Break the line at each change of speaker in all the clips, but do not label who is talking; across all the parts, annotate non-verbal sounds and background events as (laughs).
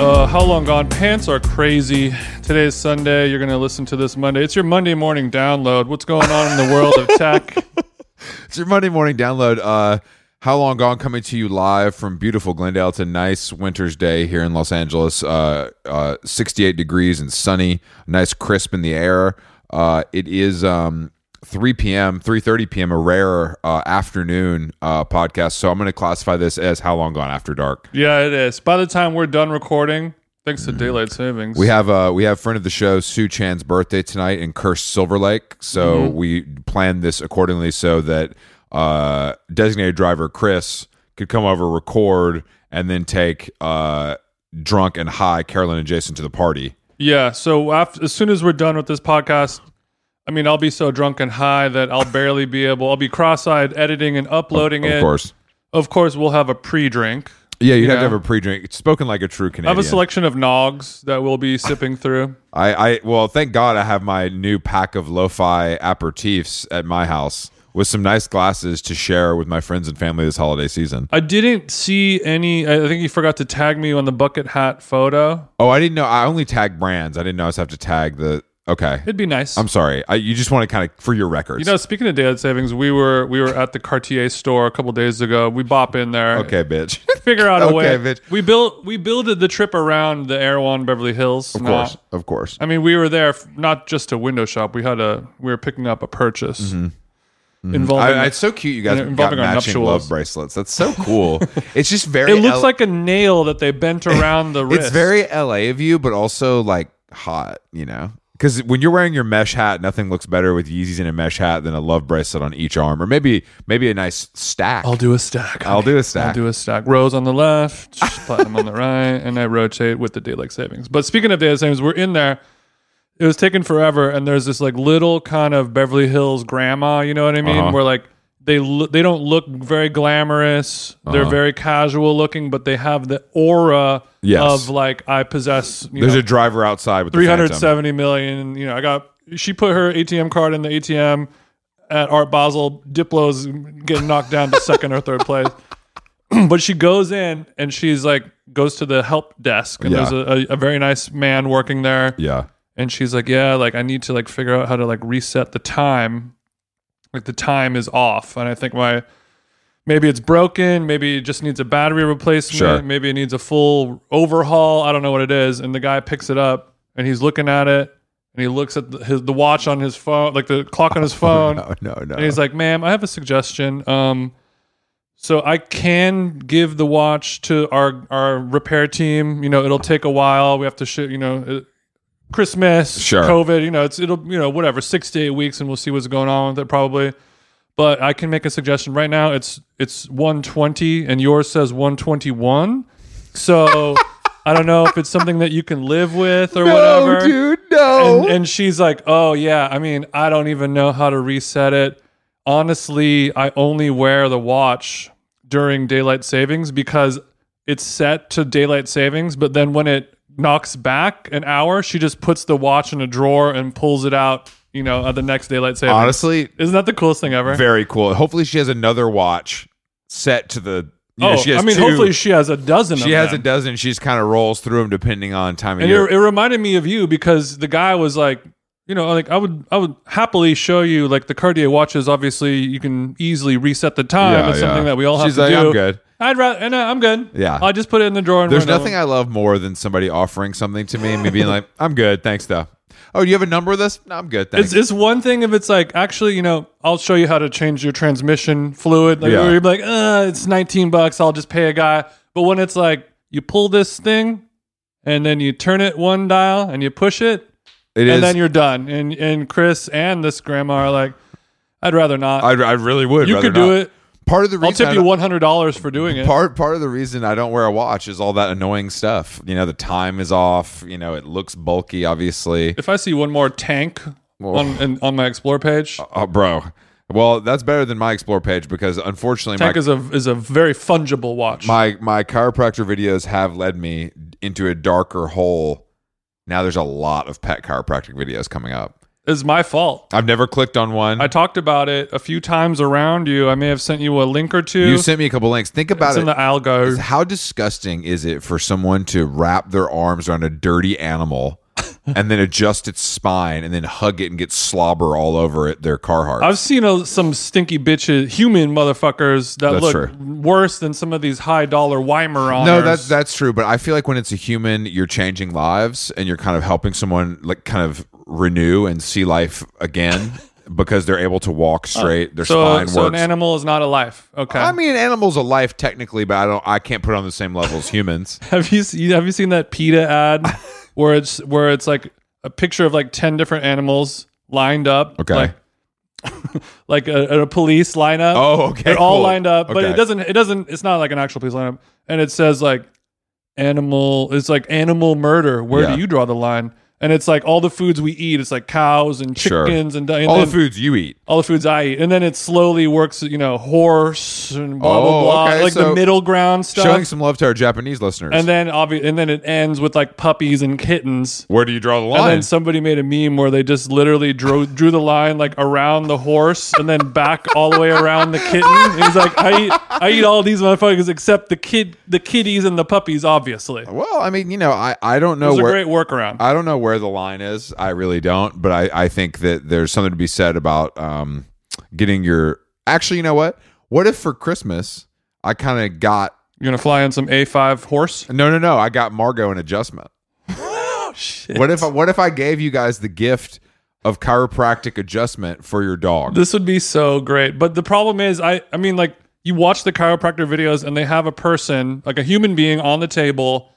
Uh, How Long Gone Pants Are Crazy. Today is Sunday. You're going to listen to this Monday. It's your Monday morning download. What's going on in the world of tech?
(laughs) It's your Monday morning download. Uh, How long gone? Coming to you live from beautiful Glendale. It's a nice winter's day here in Los Angeles. Uh, uh, 68 degrees and sunny. Nice crisp in the air. Uh, it is um, 3 p.m. 3:30 p.m. A rare uh, afternoon uh, podcast. So I'm going to classify this as How Long Gone After Dark.
Yeah, it is. By the time we're done recording, thanks to daylight savings,
Mm. We have uh we have friend of the show Sue Chan's birthday tonight in Cursed Silver Lake, so we planned this accordingly so that uh designated driver Chris could come over, record, and then take uh drunk and high Carolyn and Jason to the party.
yeah. So after, as soon as we're done with this podcast, I mean, I'll be so drunk and high that I'll barely be able. I'll be cross-eyed editing and uploading it.
Of course,
Of course, we'll have a pre-drink.
yeah, you'd have
know.
to have a pre-drink. It's spoken like a true
I have
Canadian.
a selection of nogs that we'll be sipping through.
I, I well, thank God I have my new pack of lo-fi aperitifs at my house with some nice glasses to share with my friends and family this holiday season.
I didn't see any. I think you forgot to tag me on the bucket hat photo.
Oh, I didn't know. I only tag brands. I didn't know I was have to tag the. Okay,
It'd be nice.
I'm sorry. I, you just want to kind of for your records.
you know, speaking of daylight savings, we were we were at the Cartier store a couple days ago. We bop in there.
okay,
(laughs)
bitch.
Figure out a
Okay,
way.
bitch.
We built we builded the trip around the Erewhon Beverly Hills.
of course, of course.
I mean, we were there f- not just to window shop. We had a we were picking up a purchase
I, Mm-hmm.
involving.
it's so cute. You guys
And
got
involving our
matching
nuptials.
love bracelets. That's
(laughs)
so cool. it's just very.
it looks
L-
like a nail that they bent
(laughs)
around the wrist.
it's very LA of you, but also like hot. You know. Because when you're wearing your mesh hat, nothing looks better with Yeezys in a mesh hat than a love bracelet on each arm, or maybe maybe a nice stack.
I'll do a stack.
I'll do a stack.
I'll do a stack. Rose on the left, (laughs) platinum on the right, and I rotate with the daylight savings. But speaking of daylight savings, we're in there. It was taking forever, and there's this like little kind of Beverly Hills grandma. You know what I mean?
Uh-huh.
Where like they lo- they don't look very glamorous. They're
Uh-huh.
very casual looking, but they have the aura
Yes.
of like I possess. You
There's
know,
a driver outside with the
three
Phantom.
hundred seventy million. You know, I got. She put her ATM card in the ATM at Art Basel. Diplo's getting knocked down to second or third place. (clears throat) but she goes in and she's like goes to the help desk and
Yeah.
there's a, a, a very nice man working there (laughs)
Yeah.
and she's like yeah like i need to like figure out how to like reset the time like the time is off and i think my maybe it's broken maybe it just needs a battery replacement
Sure.
maybe it needs a full overhaul i don't know what it is and the guy picks it up and he's looking at it and he looks at the, his, the watch on his phone like the clock on his phone
No, no, no.
and he's like, "Ma'am, I have a suggestion. Um, so I can give the watch to our our repair team. You know, it'll take a while. We have to ship. You know, it, Christmas,
Sure.
COVID. You know, it's it'll you know whatever six to eight weeks, and we'll see what's going on with it probably. But I can make a suggestion right now. It's it's one twenty, and yours says one twenty one.
(laughs)
So." I don't know if it's something that you can live with or whatever
dude, no.
and, and she's like, "Oh yeah, I mean, I don't even know how to reset it. Honestly, I only wear the watch during daylight savings because it's set to daylight savings, but then when it knocks back an hour, she just puts the watch in a drawer and pulls it out, you know, at the next daylight savings.
Honestly,
Isn't that the coolest thing ever?
Very cool. Hopefully, she has another watch set to the. You
oh,
know, she has
I mean,
two.
hopefully she has a dozen of
she has a
them.
dozen. She just kind of rolls through them depending on time of
And
year.
it, it reminded me of you because the guy was like, you know, like I would, I would happily show you like the Cartier watches. Obviously, you can easily reset the time.
Yeah,
it's
yeah.
something that we all have
She's
to
like,
do.
"I'm good."
I'd rather, and I, I'm good.
Yeah.
I just put it in the drawer. And
There's
run over.
nothing I love more than somebody offering something to me and me being like, "I'm good, thanks though." Oh, do you have a number of this? No, I'm good, thanks.
It's, it's one thing if it's like actually, you know, I'll show you how to change your transmission fluid. Like,
Yeah.
or you're like, uh, it's 19 bucks. I'll just pay a guy. But when it's like you pull this thing, and then you turn it one dial and you push it,
It
and
is-
then you're done. And and Chris and this grandma are like, I'd rather not.
I, I really would.
you
rather
could do
not.
it.
Part of the reason
I'll tip
I
you
don't-
one hundred dollars for doing it.
Part part of the reason I don't wear a watch is all that annoying stuff. You know, the time is off. You know, it looks bulky. Obviously,
if I see one more tank on in, on my Explore page,
oh, bro. Well, that's better than my explore page because unfortunately, my
tank is a is a very fungible watch.
my my chiropractor videos have led me into a darker hole. Now there's a lot of pet chiropractic videos coming up.
It's my fault.
I've never clicked on one.
I talked about it a few times around you. I may have sent you a link or two.
you sent me a couple links. Think about
it's
it.
in the algo.
How disgusting is it for someone to wrap their arms around a
(laughs)
dirty animal and then adjust its spine and then hug it and get slobber all over it, their Carhartt?
I've seen uh some stinky bitches, human motherfuckers that
That's
look
true.
worse than some of these high dollar Weimar
no, that's that's true, but I feel like when it's a human, you're changing lives and you're kind of helping someone like kind of renew and see life again (laughs) because they're able to walk straight, their
Uh, so,
spine
so an
works.
animal is not a life. Okay.
I mean, an animals a life technically, but I don't. I can't put it on the same level as humans.
have you seen, have you seen that PETA
(laughs)
ad where it's where it's like a picture of like ten different animals lined up,
Okay.
like (laughs) like a, a police lineup.
oh,
(laughs)
okay.
They're all
cool.
lined up, but
Okay.
it doesn't. It doesn't. It's not like an actual police lineup, and it says like animal. It's like animal murder. Where
Yeah.
do you draw the line? And it's like all the foods we eat. It's like cows and
Sure.
chickens and, and
all
then
the foods you eat.
all the foods I eat. And then it slowly works. You know, horse and blah
Oh,
blah blah.
okay,
like
so
the middle ground stuff.
Showing some love to our Japanese listeners.
and then obvi- and then it ends with like puppies and kittens.
Where do you draw the
And
line?
then somebody made a meme where they just literally drew drew the line like around the horse and then back all the way around the kitten. It was like I eat I eat all these motherfuckers except the kid the kitties and the puppies, obviously. It
well, I mean, you know, I, I don't know
was a
where
great workaround.
I don't know where the line is. I really don't. But I, I think that there's something to be said about um, getting your. Actually, you know what? What if for Christmas I kind of got
You're gonna fly on some A five horse?
no, no, no. I got Margot an adjustment.
Oh shit.
What if what if I gave you guys the gift of chiropractic adjustment for your dog?
This would be so great. But the problem is, I, I mean, like, you watch the chiropractor videos and they have a person, like a human being on the table,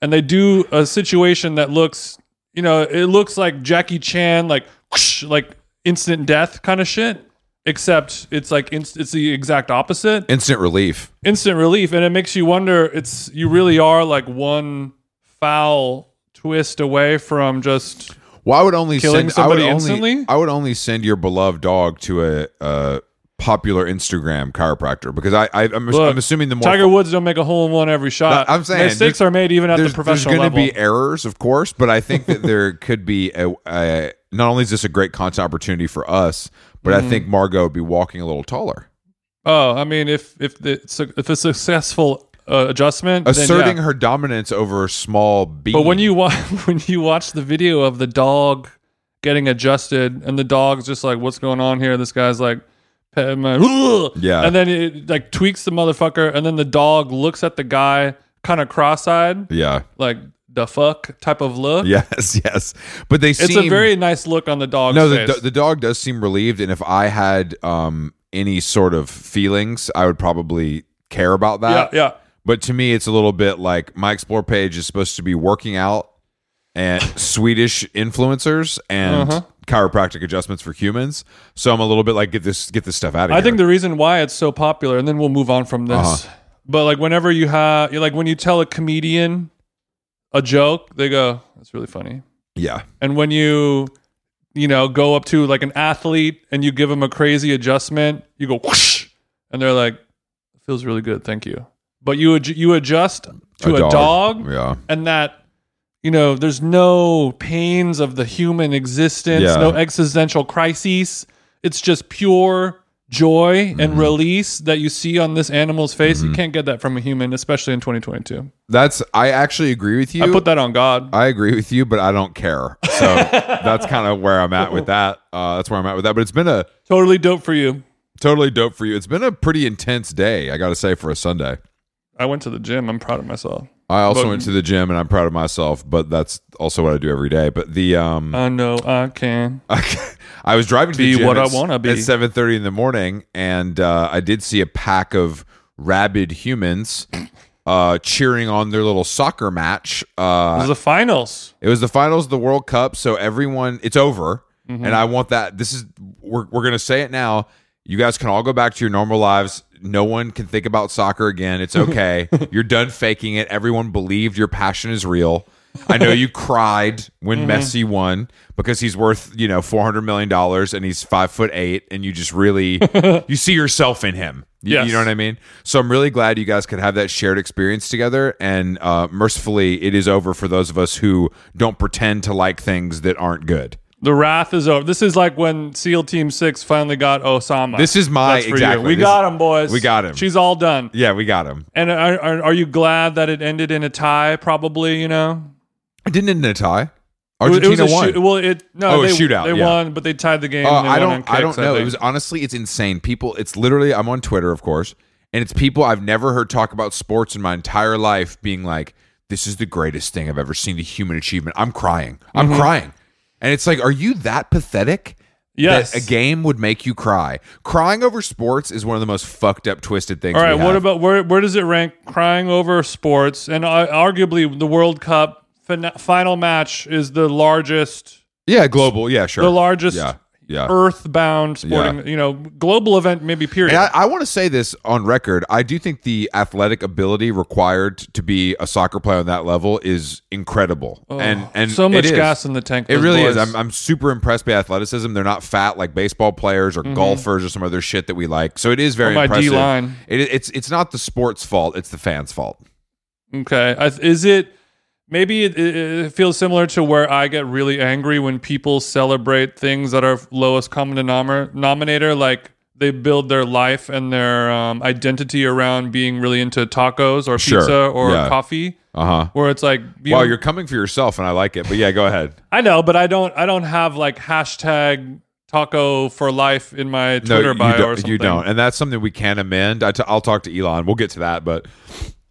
and they do a situation that looks, you know, it looks like Jackie Chan, like, whoosh, like instant death kind of shit. Except it's like inst- it's the exact opposite,
Instant relief.
instant relief, and it makes you wonder. It's you really are like one foul twist away from just
Well, I would only
Killing
send. I would
somebody
only.
instantly?
I would only send your beloved dog to a, a popular Instagram chiropractor because I, I I'm,
Look,
I'm assuming the more
Tiger Woods don't make a hole in one every shot.
No, I'm saying,
mistakes
there's-
are made even at the
there's,
professional
going to
level.
be errors, of course, but I think that there (laughs) could be a, a. Not only is this a great content opportunity for us, but
Mm-hmm.
I think Margot would be walking a little taller.
Oh, I mean, if if it's a, if a successful uh, adjustment, then
Asserting
yeah.
her dominance over a small being.
But when you watch (laughs) when you watch the video of the dog getting adjusted, and the dog's just like, "What's going on here?" This guy's like. "Pet my-" (laughs)
Yeah.
and then it like tweaks the motherfucker, and then the dog looks at the guy kind of cross-eyed,
yeah, (laughs)
like the fuck type of look.
yes, yes, but they
it's
seem
a very nice look on the dog's
no. The,
face.
do- the dog does seem relieved, and if I had um any sort of feelings, I would probably care about
yeah,
that.
yeah.
But to me, it's a little bit like my explore page is supposed to be working out and
(laughs)
Swedish influencers and
Uh-huh.
chiropractic adjustments for humans. So I'm a little bit like get this get this stuff out of here.
I think the reason why it's so popular, and then we'll move on from this. But like whenever you have, like when you tell a comedian a joke, they go, "That's really funny."
yeah,
And when you, you know, go up to like an athlete and you give them a crazy adjustment, you go whoosh, and they're like, "Feels really good, thank you." But you ad- you adjust to a, dog,
Yeah,
and that you know, there's no pains of the human existence,
Yeah.
no existential crises. It's just pure joy
Mm-hmm.
and release that you see on this animal's face. You can't get that from a human, especially in 2022.
that's. I actually agree with you.
I put that on God.
I agree with you, but I don't care.
(laughs)
So that's kind of where I'm at with that. Uh, that's where I'm at with that. But it's been a
totally dope for you.
totally dope for you. It's been a pretty intense day, I got to say, for a Sunday.
I went to the gym. I'm proud of myself.
I also
But-
went to the gym, and I'm proud of myself. But that's also what I do every day. But the um,
I know I can.
(laughs) I was driving to
Be
the gym
what I
at-
wanna be.
at seven thirty in the morning, and uh, I did see a pack of rabid humans uh, cheering on their little soccer match.
It
Uh,
was the finals.
it was the finals of the World Cup, so everyone, it's over, and I want that. This is we're we're gonna say it now. You guys can all go back to your normal lives. No one can think about soccer again. It's okay. You're done faking it. Everyone believed your passion is real. I know you cried when Messi won because he's worth you know four hundred million dollars and he's five foot eight, and you just really you see yourself in him. You,
Yes.
you know what I mean. So I'm really glad you guys could have that shared experience together. And uh, mercifully, it is over for those of us who don't pretend to like things that aren't good.
The wrath is over. This is like when SEAL Team Six finally got Osama.
This is my
That's for
exactly.
you. We
This-
got him, boys.
we got him.
She's all done.
Yeah, we got him.
And are, are, are you glad that it ended in a tie? Probably, you know.
It didn't end in a tie.
It was-
Argentina
it was a
won.
Shoot, well, it no.
Oh, a
they,
shootout,
They
yeah.
won, but they tied the game.
Uh,
and they
I
won
don't.
on
I
kicks,
don't know. it
think.
was honestly, it's insane. People, it's literally. I'm on Twitter, of course, and it's people I've never heard talk about sports in my entire life being like, "This is the greatest thing I've ever seen. The human achievement." I'm crying. I'm
Mm-hmm.
crying, and it's like, are you that pathetic?
Yes.
That a game would make you cry. Crying over sports is one of the most fucked up, twisted things.
All right.
we
What
have.
about where? Where does it rank? Crying over sports, and uh, arguably the World Cup fin- final match is the largest,
Yeah, global. Yeah, sure.
the largest
Yeah, yeah.
earthbound sporting, you know, global event maybe. Period.
And I, I want to say this on record. I do think the athletic ability required to be a soccer player on that level is incredible. and and
so
it
much
is.
gas in the tank.
It
those
really is.
boys.
I'm, I'm super impressed by athleticism. They're not fat like baseball players or golfers or some other shit that we like. So it is very
Or Mm-hmm. my
impressive.
D-line.
It, it's it's not the sport's fault. It's the fans' fault.
Okay. I, is it maybe it, it, it feels similar to where I get really angry when people celebrate things that are lowest common denominator, denominator like they build their life and their um, identity around being really into tacos or
Sure.
pizza or
Yeah.
coffee,
Uh huh.
where it's like, you
Wow, you're coming for yourself, and I like it. But yeah, go ahead.
I know, but I don't, I don't have like hashtag taco for life in my
No,
Twitter
you
bio
don't,
or something.
you don't, and that's something we can amend. I t- I'll talk to Elon. We'll get to that, but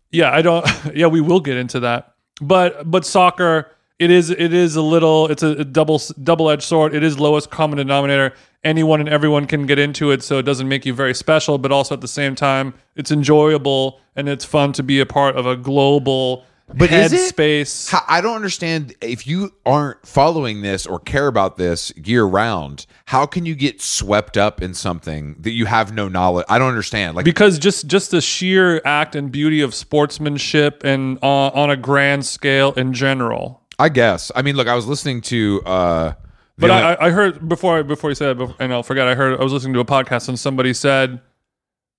Yeah, I don't. (laughs) Yeah, we will get into that. But but soccer, it is it is a little. It's a double double edged sword. It is lowest common denominator. Anyone and everyone can get into it, so it doesn't make you very special. But also at the same time, it's enjoyable and it's fun to be a part of a global
But is it?
headspace.
How, I don't understand if you aren't following this or care about this year round. How can you get swept up in something that you have no knowledge? I don't understand. Like,
because just just the sheer act and beauty of sportsmanship and uh, on a grand scale in general.
I guess. I mean, look, I was listening to. uh the
But
only-
I, I I heard before I- before you said it, and I'll forget. I heard I was listening to a podcast and somebody said,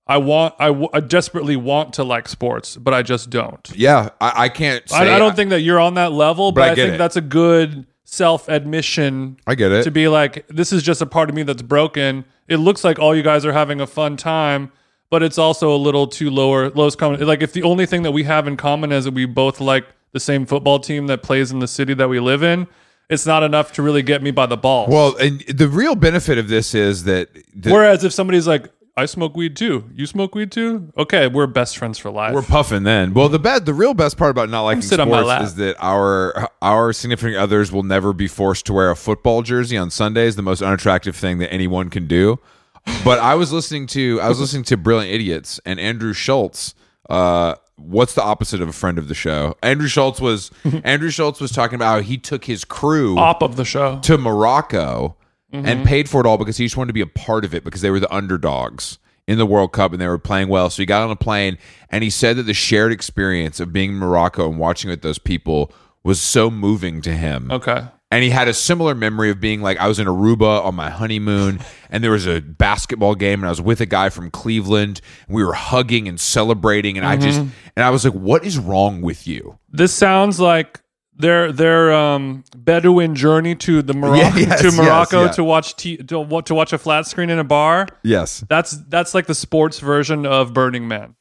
"I want I, w- I desperately want to like sports, but I just don't."
yeah, I, I can't. Say,
I, I don't think that you're on that level, but,
But I
I,
get
think
it.
that's a good self admission
I get it.
to be like, "This is just a part of me that's broken." It looks like all you guys are having a fun time, but it's also a little too lower lowest common. Like if the only thing that we have in common is that we both like the same football team that plays in the city that we live in. It's not enough to really get me by the balls.
well, and the real benefit of this is that the, we're,
Whereas if somebody's like, I smoke weed too. You smoke weed too? Okay, we're best friends for life.
puffing. Then, well, the bad, the real best part about not liking
sit on my lap.
sports is that our our significant others will never be forced to wear a football jersey on Sundays. The most unattractive thing that anyone can do. but I was listening to I was listening to Brilliant Idiots and Andrew Schultz. Uh, what's the opposite of a friend of the show? Andrew Schultz was (laughs) Andrew Schultz was talking about how he took his
(laughs)
crew
Top of the show.
to Morocco
Mm-hmm.
and paid for it all because he just wanted to be a part of it because they were the underdogs in the World Cup and they were playing well. So he got on a plane and he said that the shared experience of being in Morocco and watching with those people was so moving to him.
Okay.
And he had a similar memory of being like, I was in Aruba on my
(laughs)
honeymoon, and there was a basketball game, and I was with a guy from Cleveland, and we were hugging and celebrating, and I just,
Mm-hmm.
and I was like, what is wrong with you?
This sounds like their their um, Bedouin journey to the Morocco
Yeah, (laughs) yes,
to
yes,
Morocco
yeah.
to watch t- to, wa- to watch a flat screen in a bar.
Yes.
That's that's like the sports version of Burning Man.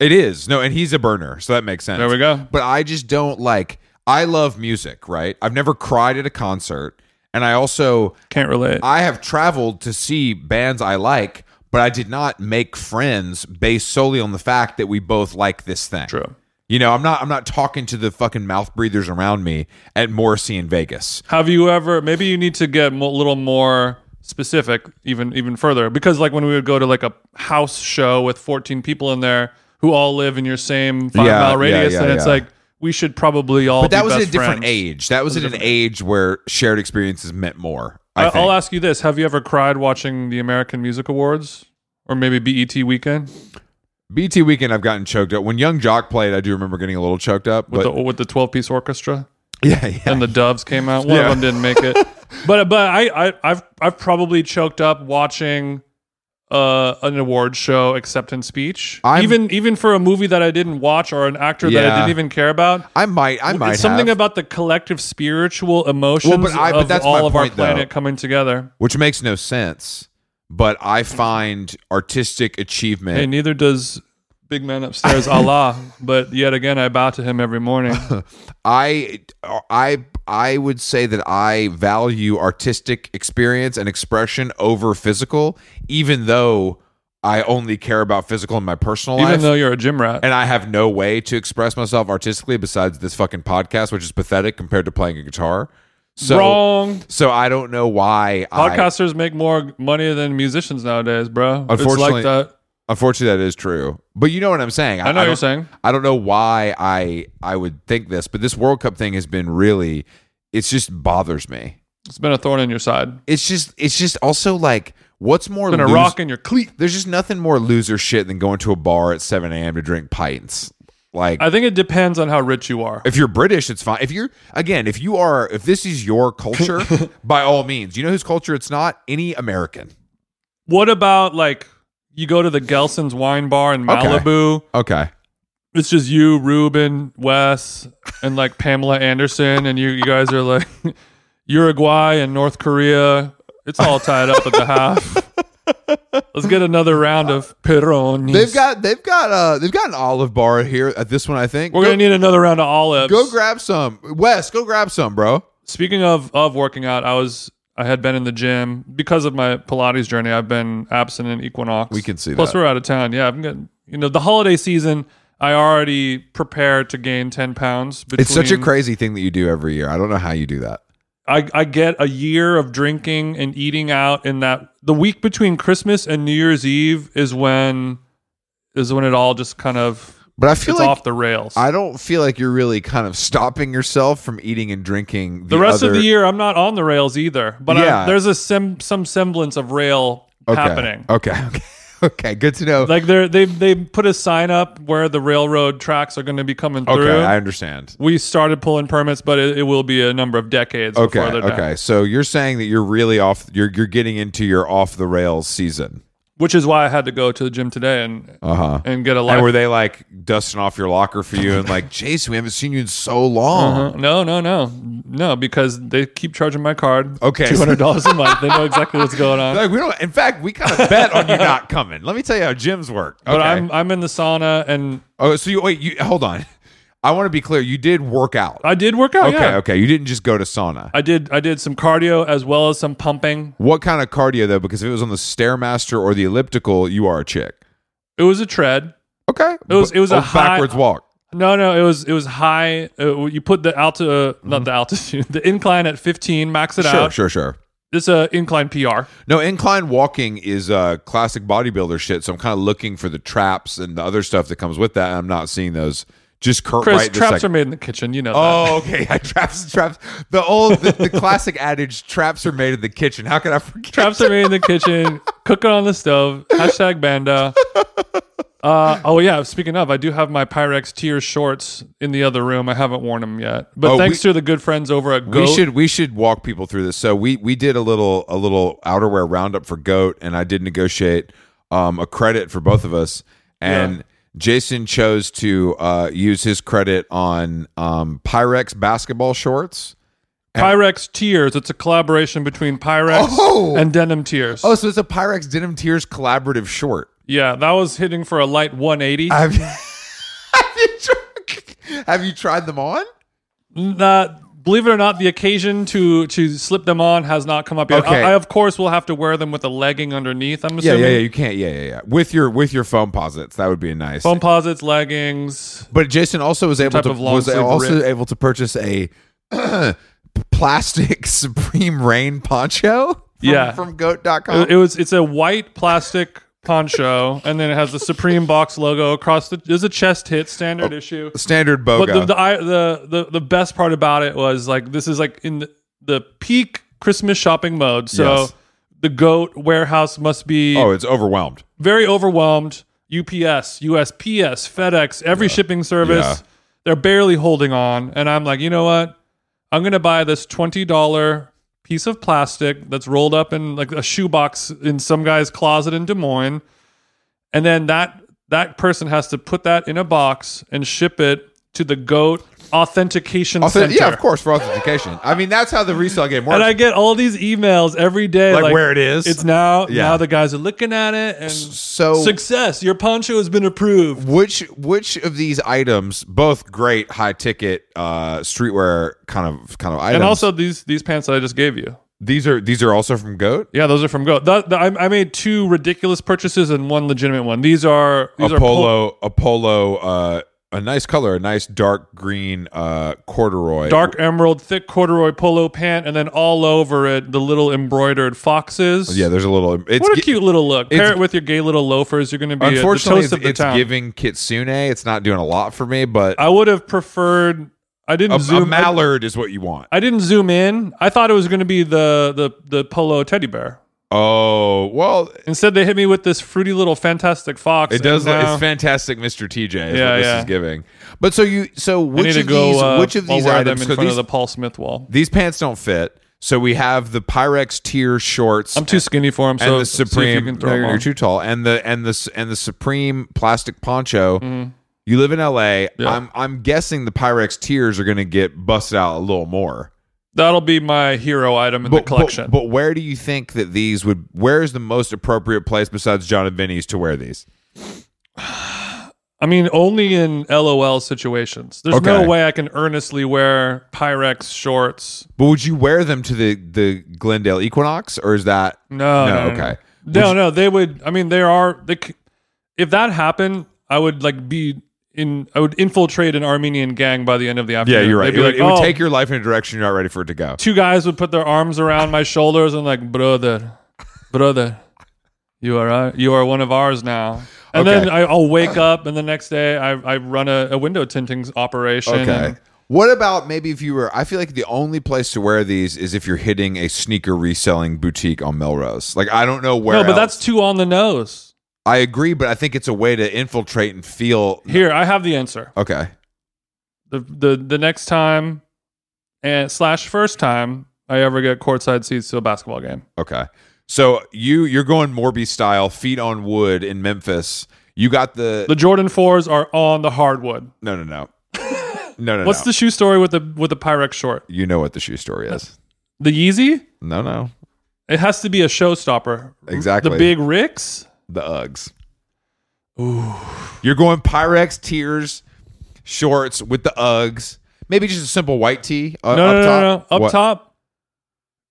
It is. No, and he's a burner, so that makes sense.
There we go.
But I just don't like, I love music, right? I've never cried at a concert, and I also,
Can't relate.
I have traveled to see bands I like, but I did not make friends based solely on the fact that we both like this thing.
True.
You know, I'm not I'm not talking to the fucking mouth breathers around me at Morrissey in Vegas.
Have you ever? Maybe you need to get a little more specific, even even further, because like when we would go to like a house show with fourteen people in there who all live in your same five
Yeah,
mile
yeah,
radius,
yeah,
and it's
yeah.
like we should probably all.
But that
be
was at
best
a different
friends. Uh,
age. That was at an age where shared experiences meant more. I,
I
think.
I'll ask you this: Have you ever cried watching the American Music Awards or maybe BET Weekend
BT weekend I've gotten choked up. When Young Jock played, I do remember getting a little choked up.
with
But
the with the twelve piece orchestra?
(laughs) yeah, yeah.
and the doves came out. One
Yeah.
of them
(laughs)
didn't make it. But but I, I I've I've probably choked up watching uh, an award show acceptance speech.
I'm-
even even for a movie that I didn't watch or an actor that I
Yeah.
didn't even care about.
I might. I might.
it's something
have,
about the collective spiritual emotions
I- but
of
that's my
all of our
point, though.
planet coming together.
which makes no sense. But I find artistic achievement.
Hey, neither does big man
(laughs)
upstairs, Allah. But yet again, I bow to him every morning.
I I I would say that I value artistic experience and expression over physical, even though I only care about physical in my personal
Even
life.
though you're a gym rat,
and I have no way to express myself artistically besides this fucking podcast, which is pathetic compared to playing a guitar. So,
wrong.
so I don't know why. I,
Podcasters make more money than musicians nowadays, bro.
Unfortunately-
it's like that.
unfortunately, that is true. But you know what I'm saying.
I know what
don't-
you're saying.
I don't know why I I would think this, but this World Cup thing has been really. It's just bothers me.
It's been a thorn in your side.
it's just it's just also like what's more
Been a
lose-
rock in your cleat.
there's just nothing more loser shit than going to a bar at 7 a.m to drink pints like
I think it depends on how rich you are.
if you're british it's fine if you're again if you are if this is
(laughs)
your culture by all means you know whose culture it's not any american
What about like you go to the Gelson's wine bar in Malibu?
okay
It's just you, Ruben, Wes, and like Pamela Anderson, and you, you guys are like (laughs) Uruguay and North Korea. It's all tied up at the half. (laughs) Let's get another round of Peronis.
they've got they've got uh they've got an olive bar here at this one i think
We're
go,
gonna need another round of olives.
go grab some wes go grab some bro
Speaking of of working out, I was I had been in the gym because of my Pilates journey. I've been absent in Equinox.
We can see
Plus,
that.
we're out of town. Yeah, I'm getting you know the holiday season. I already prepared to gain ten pounds. Between,
it's such a crazy thing that you do every year i don't know how you do that
I, I get a year of drinking and eating out in that the week between Christmas and New Year's Eve is when is when it all just kind of
but i
it's
feel like
off the rails.
I don't feel like you're really kind of stopping yourself from eating and drinking the,
the rest of
other-
the year, I'm not on the rails either. But I,
Yeah.
there's a sem- some semblance of rail
Okay.
happening.
Okay, (laughs) okay, okay. Good to know.
(laughs) like they're they they put a sign up where the railroad tracks are going to be coming
okay,
through.
I understand.
we started pulling permits, but it, it will be a number of decades.
Okay,
before they're done.
okay. So you're saying that you're really off. You're you're getting into your off the rails season.
Which is why I had to go to the gym today and
Uh huh.
and get a
And
life.
were they like dusting off your locker for you
(laughs)
and like, Jason, we haven't seen you in so long.
Uh, no, no, no, no, because they keep charging my card. (laughs)
Okay.
two hundred dollars a month. They
(laughs)
know exactly what's going on.
Like we don't. In fact, we kind of bet on you not coming. Let me tell you how gyms work.
But
Okay.
I'm I'm in the sauna and
oh, so you wait. You hold on. I want to be clear. You did work out.
I did work out.
okay,
Oh, yeah.
okay. You didn't just go to sauna.
I did I did some cardio as well as some pumping.
What kind of cardio though? Because if it was on the stairmaster or the elliptical, you are a chick.
It was a tread.
Okay, oh,
It was- it was a high-
backwards walk.
No, no, it was it was high. Uh, you put the alti uh, not the altitude, (laughs) the incline at 15, max it
Mm-hmm. Sure,
out.
sure, sure.
This uh, incline PR.
No, incline walking is uh, classic bodybuilder shit. So I'm kind of looking for the traps and the other stuff that comes with that. And I'm not seeing those. Just cur-
Chris,
right this
traps are
second.
made in the kitchen. You know.
(laughs) Oh, okay. Yeah, traps, traps. The old, the, the classic adage: traps are made in the kitchen. How could I forget?
that. traps are made in the
(laughs)
kitchen. Cooking on the stove. Hashtag banda. Uh, oh yeah. Speaking of, I do have my Pyrex tier shorts in the other room. I haven't worn them yet, but
Oh,
thanks
we-
to the good friends over at Goat.
We should we should walk people through this. So we we did a little a little outerwear roundup for Goat, and I did negotiate um, a credit for both of us. And
Yeah.
Jason chose to uh, use his credit on um, Pyrex basketball shorts.
Pyrex tears. It's a collaboration between Pyrex
Oh!
and Denim Tears.
Oh, so it's a Pyrex Denim Tears collaborative short.
Yeah, that was hitting for a light 180.
Have you, (laughs) have you, tried, have you tried them on?
that believe it or not the occasion to to slip them on has not come up yet
Okay.
I, I of course will have to wear them with a legging underneath i'm assuming
You can't. Yeah, yeah, yeah. With your with your foam posits, that would be nice.
foam posits leggings
But Jason also was able
type
to
of long
was
sleeve
also
rib.
able to purchase a (clears throat) plastic (laughs) Supreme Rain poncho. From,
Yeah.
from goat.com.
it, it was it's a white plastic poncho and then it has the supreme box logo across the there's a chest hit standard
Oh,
issue
Standard
but the
BOGO.
the, I, the the the best part about it was like this is like in the, the peak christmas shopping mode so
Yes.
the goat warehouse must be
oh, it's overwhelmed.
very overwhelmed. UPS, USPS, FedEx, every shipping service,
Yeah.
they're barely holding on. And I'm like, you know what? I'm gonna buy this twenty dollar piece of plastic that's rolled up in like a shoebox in some guy's closet in Des Moines, and then that that person has to put that in a box and ship it to the goat authentication
Authent-
center.
yeah, of course, for authentication. I mean, that's how the resale game works.
And I get all these emails every day,
Like where it is?
It's now.
Yeah.
Now the guys are looking at it and
so,
success. Your poncho has been approved.
which which of these items, both great high ticket uh, streetwear kind of kind of items,
And also these these pants that I just gave you.
these are these are also from Goat.
Yeah, those are from Go. The, the, I, I made two ridiculous purchases and one legitimate one. These are these
a
are pol-
polo, a polo, uh, a nice color, a nice dark green uh, corduroy,
dark emerald, thick corduroy polo pant, and then all over it the little embroidered foxes.
Yeah, there's a little. It's
what a
gi-
cute little look.
it's-
Pair it with your gay little loafers. You're going to be uh, the
Unfortunately,
toast
it's,
of the
it's
town.
giving kitsune. It's not doing a lot for me, but a,
I would have preferred. I didn't
a
zoom. I-
mallard is what you want.
I didn't zoom in. I thought it was going to be the the the polo teddy bear.
Oh well,
Instead, they hit me with this fruity little fantastic fox.
it
and
does. look
now-
it's fantastic, Mister TJ. Is
Yeah,
what this
yeah.
is giving. But so you, so
I need
which
to
of
go.
these,
uh,
which of
I'll
these
wear
items?
them in
so
front
these,
of the Paul Smith wall.
these pants don't fit. So we have the Pyrex tier shorts.
I'm too skinny for them.
and
So
the
see if you
supreme
can throw
no,
them
you're,
on.
you're too tall and the and the s- and the supreme plastic poncho
Mm-hmm.
you live in la i'm i'm guessing the pyrex tiers are going to get busted out a little more
That'll be my hero item in the collection.
But, where do you think that these would where is the most appropriate place besides john and vinny's to wear these
I mean, only in LOL situations. There's no
Okay.
way I can earnestly wear Pyrex shorts.
but would you wear them to the the glendale equinox or is that
Oh, No, no, no, no.
okay
No, no, they would. I mean, there are. They, c- if that happened, I would like be in. I would infiltrate an Armenian gang by the end of the
yeah
afternoon.
you're
They'd
right it,
be
would,
like,
it would
"Oh,"
take your life in a direction you're not ready for it to go
Two guys would put their arms around my shoulders and like, brother, brother, you are our- you are one of ours now. And
Okay.
then I, I'll wake up, and the next day I, I run a, a window tinting operation.
Okay. What about maybe if you were? I feel like the only place to wear these is if you're hitting a sneaker reselling boutique on Melrose. Like I don't know where.
No, but
else.
that's too on the nose.
I agree, but I think it's a way to infiltrate and feel.
Here, I have the answer.
Okay.
The the the next time, and slash first time I ever get courtside seats to a basketball game.
Okay. So you you're going Morby style, feet on wood in Memphis. You got the,
The Jordan fours are on the hardwood.
no no no no no.
What's the shoe story with the with the Pyrex short?
you know what the shoe story is?
The Yeezy?
No no
It has to be a showstopper.
Exactly.
The big Ricks?
the Uggs. Ooh. You're going Pyrex tears, shorts with the Uggs. Maybe just a simple white tee uh,
No,
up
no, no,
top.
no, no. Up
What?
top,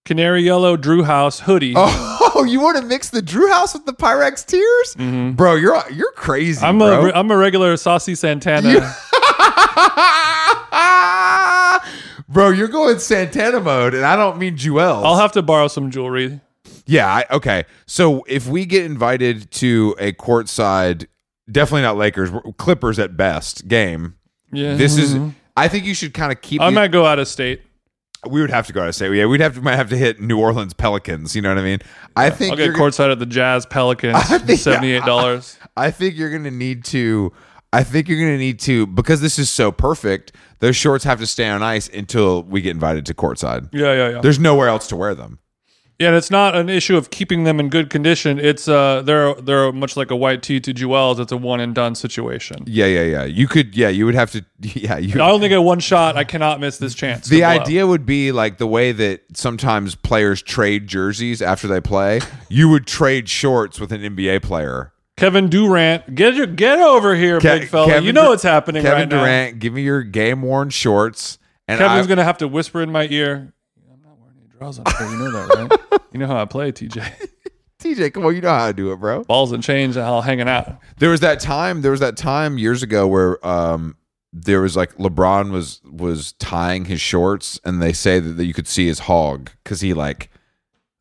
canary yellow Drew House hoodie.
(laughs) Oh, you want to mix the Drew House with the Pyrex tears, bro? You're you're crazy.
Mm-hmm. I'm
bro.
a I'm a regular saucy Santana.
(laughs) bro. You're going Santana mode, and I don't mean Jewels.
I'll have to borrow some jewelry.
yeah, I, okay. So if we get invited to a courtside, definitely not Lakers, Clippers at best game.
Yeah. Mm-hmm.
This is. I think you should kind of keep.
I
these-
might go out of state.
we would have to go out of state. Yeah, we'd have to might have to hit New Orleans Pelicans. You know what I mean? I think
I'll get
you're gonna-
courtside at the Jazz
(laughs)
Pelicans.
think-
Seventy eight dollars.
I think you're gonna need to. I think you're gonna need to because this is so perfect. Those shorts have to stay on ice until we get invited to courtside.
Yeah, yeah, yeah.
There's nowhere else to wear them.
Yeah, and it's not an issue of keeping them in good condition. It's uh, they're they're much like a white tee to Jewels. It's a one and done situation.
Yeah, yeah, yeah. You could. Yeah, you would have to. (laughs) Yeah, you.
I only get one shot. I cannot miss this chance. to
the
blow.
idea would be like the way that sometimes players trade jerseys after they play. you would trade shorts with an NBA player.
Kevin Durant, get your get over here,
Ke-
big fella.
Kevin
you know
Dur-
what's happening
Kevin
right now.
Durant, give me your game worn shorts. And
Kevin's
I,
gonna have to whisper in my ear. I'm not wearing any drawers on today. You know that,
(laughs)
right? you know how I play, TJ.
TJ, come on, you know how I do it, bro.
Balls and chains, and all hanging out.
There was that time. There was that time years ago where um, there was like LeBron was was tying his shorts, and they say that, that you could see his hog because he like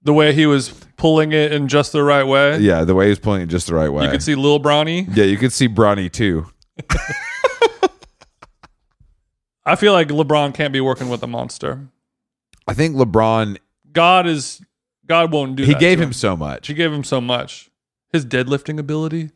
The way he was pulling it in just the right way.
yeah the way he was pulling it just the right way.
You could see Lil Bronny.
yeah, you could see Bronny too.
I feel like LeBron can't be working with a monster.
I think LeBron
God is God won't do.
he
that
gave
to
him so much.
She gave him so much. His deadlifting ability.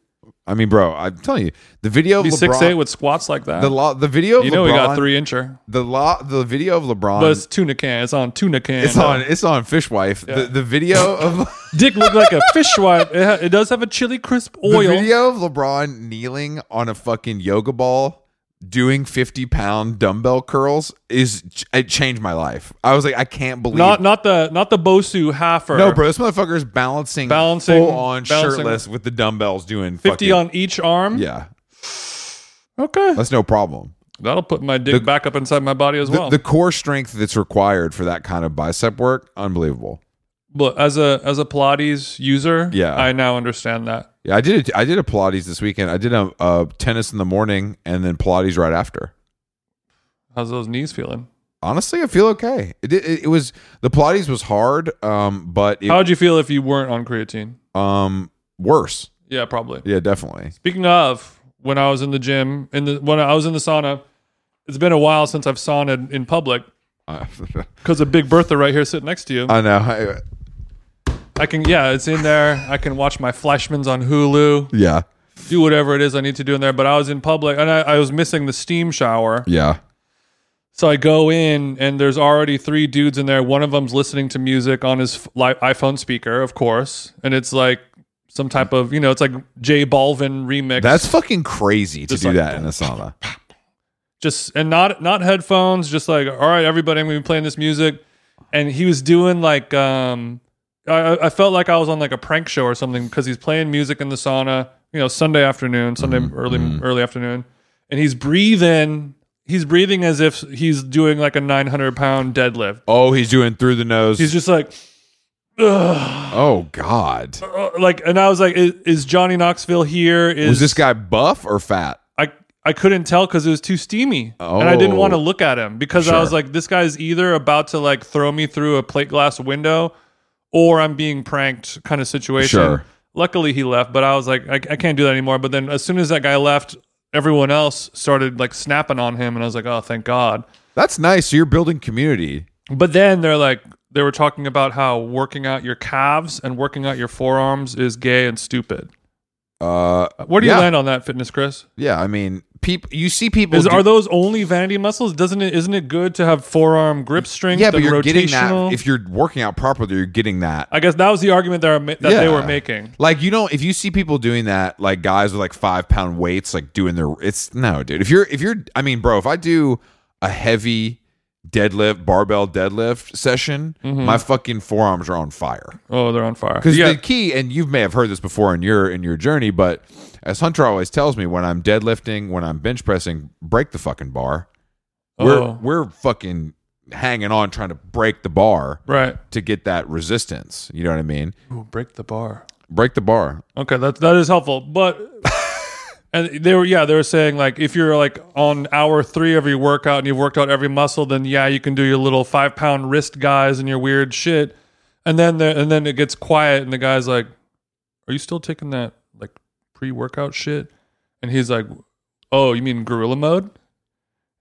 I mean, bro, I'm telling you, the video of
Be six eight
LeBron,
with squats like that.
the lo- the video of
you know
LeBron,
we got three incher,
the lo- the video of LeBron.
but it's uh, tuna can. It's on tuna can.
it's on it's on Fishwife. The, the video
(laughs)
of
Dick looked like a fishwife. It, ha- it does have a chili crisp
the
oil.
video of LeBron kneeling on a fucking yoga ball doing 50 pound dumbbell curls is it changed my life. I was like I can't believe
not not the not the Bosu halfer.
No, bro, this motherfucker is balancing,
Balancing-
full on
balancing-
shirtless with the dumbbells doing
Fifty
fucking,
on each arm.
Yeah,
Okay,
that's no problem.
that'll put my dick back up inside my body as
The,
well.
the core strength that's required for that kind of bicep work, unbelievable.
but as a as a Pilates user,
Yeah.
I now understand that.
Yeah, I did. A, I did a Pilates this weekend. I did a, a tennis in the morning and then Pilates right after.
How's those knees feeling?
Honestly, I feel okay. It, it, it was the Pilates was hard, um, but it,
How would you feel if you weren't on creatine?
um, worse.
Yeah, probably.
Yeah, definitely.
Speaking of, when I was in the gym, in the when I was in the sauna, it's been a while since I've sauned in public
I, (laughs)
because of Big Bertha right here sitting next to you.
I know. I,
I can, yeah, it's in there. I can watch my Flashmans on Hulu,
yeah,
do whatever it is I need to do in there. But I was in public and I, I was missing the steam shower.
yeah.
So I go in and there's already three dudes in there. One of them's listening to music on his f- li- iPhone speaker, of course. And it's like some type of, you know, it's like J Balvin remix.
That's fucking crazy to
Just
do
like-
that in a sauna.
just and not not headphones just like all right everybody i'm gonna be playing this music and he was doing like um i, I felt like i was on like a prank show or something because he's playing music in the sauna you know sunday afternoon sunday
Mm-hmm.
early early afternoon and he's breathing he's breathing as if he's doing like a 900 pound deadlift
Oh, he's doing through the nose.
he's just like ugh,
oh God.
uh, like and i was like is, is johnny knoxville here is
Was this guy buff or fat?
I I couldn't tell because it was too steamy, and I didn't
Oh.
want to look at him because I
Sure.
was like, this guy's either about to like throw me through a plate glass window, or I'm being pranked kind of situation.
Sure.
Luckily, he left, but I was like, I, I can't do that anymore. But then as soon as that guy left, everyone else started like snapping on him, and I was like, oh, thank God.
That's nice. So you're building community.
But then they're like. They were talking about how working out your calves and working out your forearms is gay and stupid.
Uh,
Where do you
Yeah.
land on that, fitness, Chris?
yeah. I mean, people. You see people.
Is,
do-
are those only vanity muscles? Doesn't it? Isn't it good to have forearm grip strength?
yeah, but
and
you're getting
rotational?
that if you're working out properly. You're getting that.
I guess that was the argument that, are, ma- that they
Yeah.
were making.
Like you know, if you see people doing that, like guys with like five pound weights, like doing their it's no, dude. If you're if you're, I mean, bro, if I do a heavy deadlift, barbell deadlift session,
Mm-hmm.
my fucking forearms are on fire.
Oh, they're on fire.
Because
Yeah,
the key, and you may have heard this before in your in your journey, but as Hunter always tells me, when I'm deadlifting, when I'm bench pressing, break the fucking bar. We're
Oh.
we're fucking hanging on trying to break the bar
right.
to get that resistance. You know what I mean?
Ooh, break the bar.
Break the bar.
Okay, that that is helpful. But and they were yeah they were saying like if you're like on hour three of your workout and you've worked out every muscle, then yeah you can do your little five pound wrist guys and your weird shit. And then the, and then it gets quiet and the guy's like, "Are you still taking that like pre workout shit?" And he's like, "Oh, you mean gorilla mode?"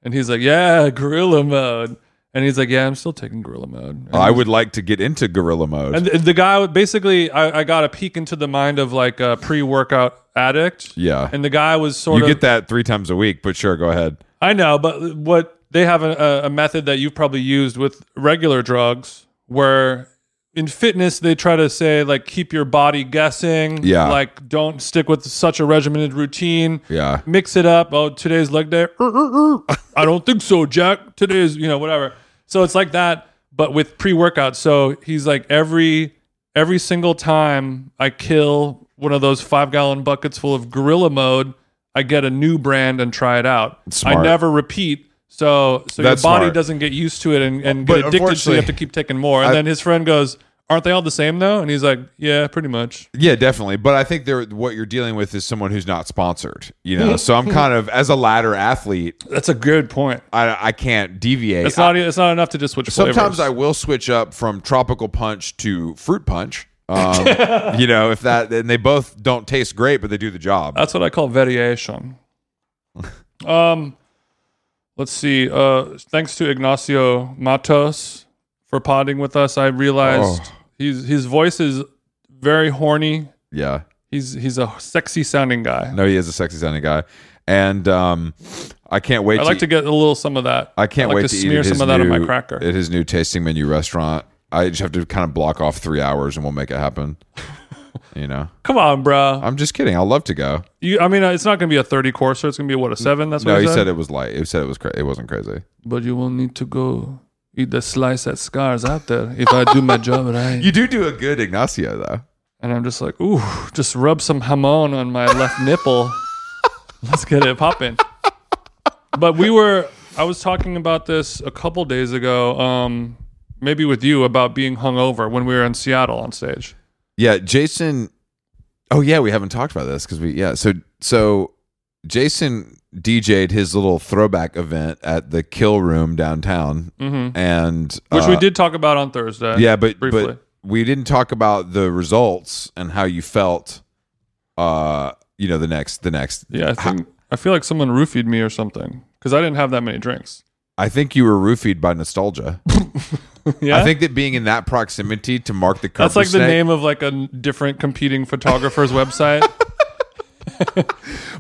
And he's like, "Yeah, gorilla mode." And he's like, "Yeah, I'm still taking gorilla mode." And
Oh, I would like to get into gorilla mode.
and th- the guy would- basically, I, I got a peek into the mind of like a pre-workout addict,
yeah.
and the guy was sort
You
of.
get that three times a week, but sure, go ahead.
I know, but what they have a- a, a method that you've probably used with regular drugs, where in fitness they try to say like keep your body guessing,
Yeah.
like don't stick with such a regimented routine.
Yeah.
Mix it up. Oh, today's leg day. Er, er, er. I don't think so, Jack. Today's, you know, whatever. So it's like that, but with pre-workout. So he's like every every single time I kill one of those five gallon buckets full of gorilla mode, I get a new brand and try it out.
Smart.
I never repeat. So so
That's
your body
smart.
doesn't get used to it and, and
But
get addicted, so
unfortunately-
you have to keep taking more. And then his friend goes, Aren't they all the same though? And he's like, Yeah, pretty much.
Yeah, definitely. But I think there what you're dealing with is someone who's not sponsored. You know, so I'm kind of as a ladder athlete,
That's a good point.
I I can't deviate.
It's not it's not enough to just switch flavors.
Sometimes I will switch up from tropical punch to fruit punch. Um, (laughs) you know, if that and they both don't taste great, but they do the job.
That's what I call
(laughs)
variation. um, let's see. Uh, thanks to Ignacio Matos for
Oh.
podding with us. I realized he's his voice is very horny.
Yeah.
He's he's a sexy sounding guy.
No, he is a sexy sounding guy, and um, I can't wait.
I like to get a little some of that.
I can't
like
wait
to,
to eat
smear
at his
some of that on my
new-
cracker.
at his new tasting menu restaurant. I just have to kind of block off three hours, and we'll make
(laughs)
it happen. you know,
Come on, bro.
I'm just kidding. I'll love to go.
You, I mean, uh, it's not going to be a thirty courser. It's going to be what a seven. That's what
No,
he,
he said it was light. He said it was. Cra- it wasn't crazy.
But you will need to go eat the slice at Scars out there if I do my job (laughs) right.
You do do a good Ignacio though.
and I'm just like, ooh, just rub some hamon on my left nipple. Let's get it popping. But we were, I was talking about this a couple days ago, um, maybe with you, about being hungover when we were in Seattle on stage.
Yeah, Jason. Oh yeah, we haven't talked about this because we yeah. So so Jason DJ'd his little throwback event at the Kill Room downtown, and
Mm-hmm. which
uh,
we did talk about on Thursday.
Yeah, but
briefly.
but we didn't talk about the results and how you felt. Uh, you know the next the next.
yeah, I think I feel like someone roofied me or something because I didn't have that many drinks.
I think you were roofied by nostalgia.
Yeah,
I think that being in that proximity to mark the
that's like the
Cumbersnake-
name of like a n- different competing
(laughs)
photographer's website.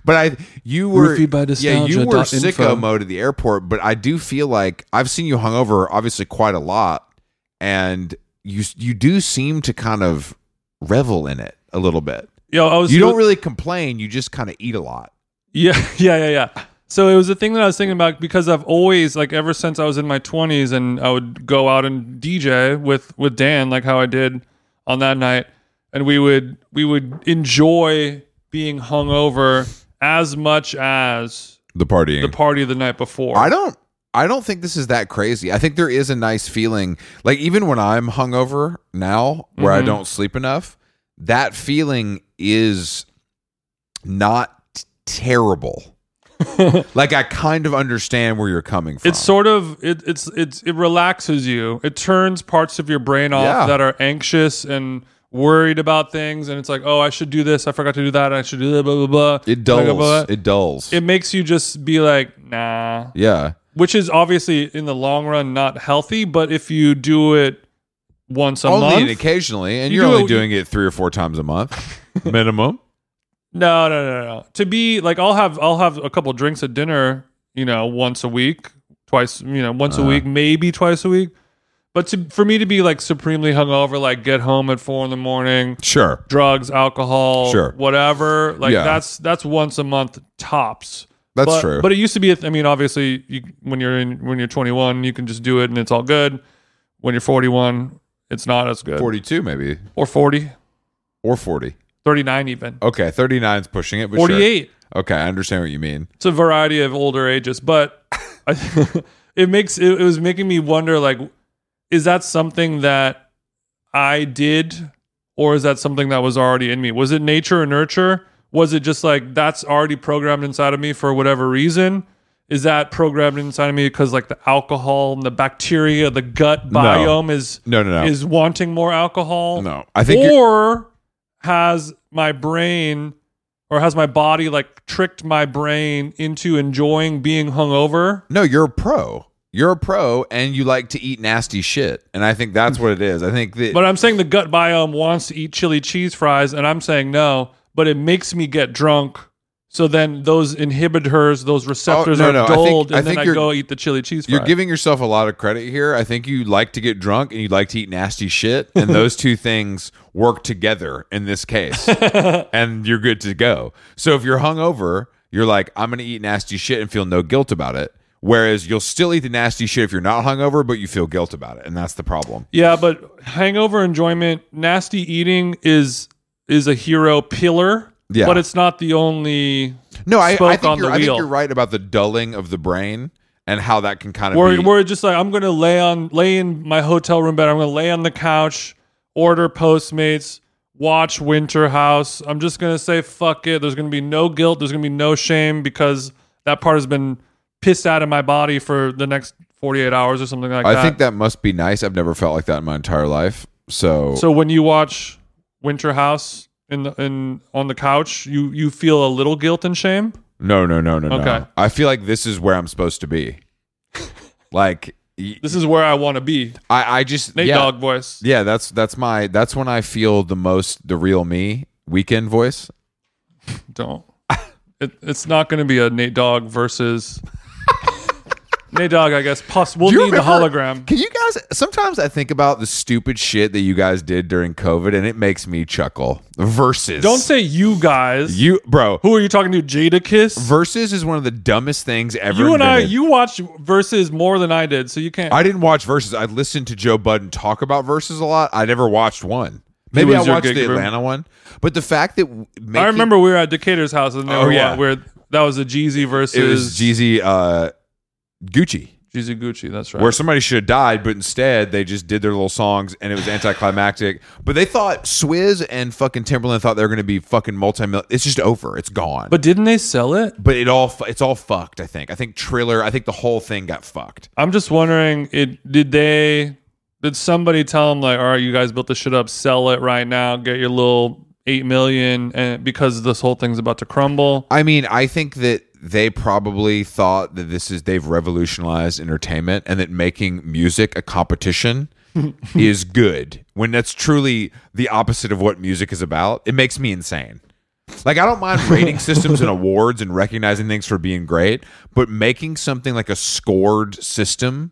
But I, you were,
Roofied by
yeah,
nostalgia
you were
dot
sicko
info.
mode at the airport. But I do feel like I've seen you hungover, obviously quite a lot, and you you do seem to kind of revel in it a little bit.
Yo, I was
You don't really complain. You just kind of eat a lot.
Yeah, (laughs) yeah, yeah, yeah. So it was a thing that I was thinking about because I've always like ever since I was in my 20s and I would go out and DJ with with Dan like how I did on that night and we would we would enjoy being hungover as much as
The partying.
the party the night before.
I don't. I don't think this is that crazy. I think there is a nice feeling, like even when I'm hungover now, where
Mm-hmm.
I don't sleep enough, that feeling is not t-
(laughs)
terrible. like I kind of understand where you're coming from.
it's sort of it, it's it's it relaxes you. It turns parts of your brain off
Yeah.
that are anxious and worried about things, and it's like, oh, I should do this. I forgot to do that. I should do that. Blah blah blah.
it
Blah, blah,
dulls.
blah.
it dulls.
it makes you just be like nah
yeah.
which is obviously in the long run not healthy but if you do it once a
Only
month
and occasionally, and
You
you are
do
only
it-
doing it three or four times a
(laughs)
month, (laughs) minimum.
no no no no to be like i'll have i'll have a couple drinks at dinner you know once a week twice you know once
Uh-huh.
a week maybe twice a week but to, for me to be like supremely hungover like get home at four in the morning
Sure.
drugs alcohol
Sure.
whatever like
Yeah.
that's that's once a month tops
That's
but,
true.
But it used to be. a th- I mean, obviously, you, when you're in when you're 21, you can just do it and it's all good. When you're 41, it's not as good.
42 maybe
Or 40,
or 40.
39 even,
Okay, 39 is pushing it, but sure.
48.
Okay, I understand what you mean.
It's a variety of older ages, but I, (laughs) it makes it, it was making me wonder like, is that something that I did, or is that something that was already in me? Was it nature or nurture? Was it just like that's already programmed inside of me for whatever reason? Is that programmed inside of me because like the alcohol and the bacteria, the gut biome is
No, no, no.
is wanting more alcohol?
no. I think you're-
Oh. or has my brain or has my body like tricked my brain into enjoying being hungover?
No, you're a pro. You're a pro, and you like to eat nasty shit, and I think that's what it is. I think that
But I'm saying the gut biome wants to eat chili cheese fries, and I'm saying no, but it makes me get drunk. So then those inhibitors, those receptors
Oh, no,
are
no, I think-
dulled,
I
and
think
then I
you're-
go eat the chili cheese fries.
you're giving yourself a lot of credit here. I think you like to get drunk and you like to eat nasty shit,
(laughs)
and those two things work together in this case, and you're good to go. So if you're hungover, you're like, I'm gonna eat nasty shit and feel no guilt about it. Whereas you'll still eat the nasty shit if you're not hungover, but you feel guilt about it, and that's the problem.
yeah, but hangover enjoyment, nasty eating is is a hero pillar,
Yeah.
but it's not the only
No, I,
Spoke
I think
on
you're,
the
I think
wheel.
you're right about the dulling of the brain and how that can kind of
We're,
be.
we're just like I'm gonna lay on lay in my hotel room bed. I'm gonna lay on the couch, order Postmates, watch Winter House. I'm just gonna say fuck it. There's gonna be no guilt. There's gonna be no shame because that part has been pissed out of my body for the next 48 hours or something like
I
that.
think that must be nice. I've never felt like that in my entire life. So,
so when you watch Winter House in the, in on the couch, you you feel a little guilt and shame.
no, no, no, no,
Okay.
no. I feel like this is where I'm supposed
(laughs)
to be. like y-
This is where I want to be.
I, I just
Nate
yeah,
Dog voice.
yeah. That's that's my that's when I feel the most the real me. weekend voice.
Don't. It, it's not going to be a Nate Dogg
(laughs)
versus Nate Dogg, I guess. Plus, we'll
Do you
need the
remember-
hologram.
Can you guys? Sometimes I think about the stupid shit that you guys did during COVID, and it makes me chuckle. Versus,
Don't say you guys.
you, bro.
Who are you talking to? Jada Kiss.
Versus is one of the dumbest things ever.
You and I.
invented.
You watched versus more than I did, so you can't.
I didn't watch Versus. I listened to Joe Budden talk about Versus a lot. I never watched one. Maybe I
was your
watched
gig
the
room?
Atlanta one. But the fact that w- making,
I remember we were at Decatur's house and there
Oh,
were
yeah.
one where that was a Jeezy
it was
versus
Jeezy uh, Gucci,
Jeezy Gucci. That's right.
where somebody should have died, but instead they just did their little songs and it was anticlimactic. But they thought Swizz and fucking Timberland thought they were going to be fucking multi million. It's just over. It's gone.
but didn't they sell it?
but it all fu- it's all fucked. I think. I think Triller. I think the whole thing got fucked.
I'm just wondering, it did they did somebody tell them like, all right, you guys built this shit up, sell it right now, get your little eight million, and because this whole thing's about to crumble.
I mean, I think that they probably thought that this is they've revolutionized entertainment and that making music a competition is good when that's truly the opposite of what music is about. It makes me insane. Like I don't mind rating systems and awards and recognizing things for being great, but making something like a scored system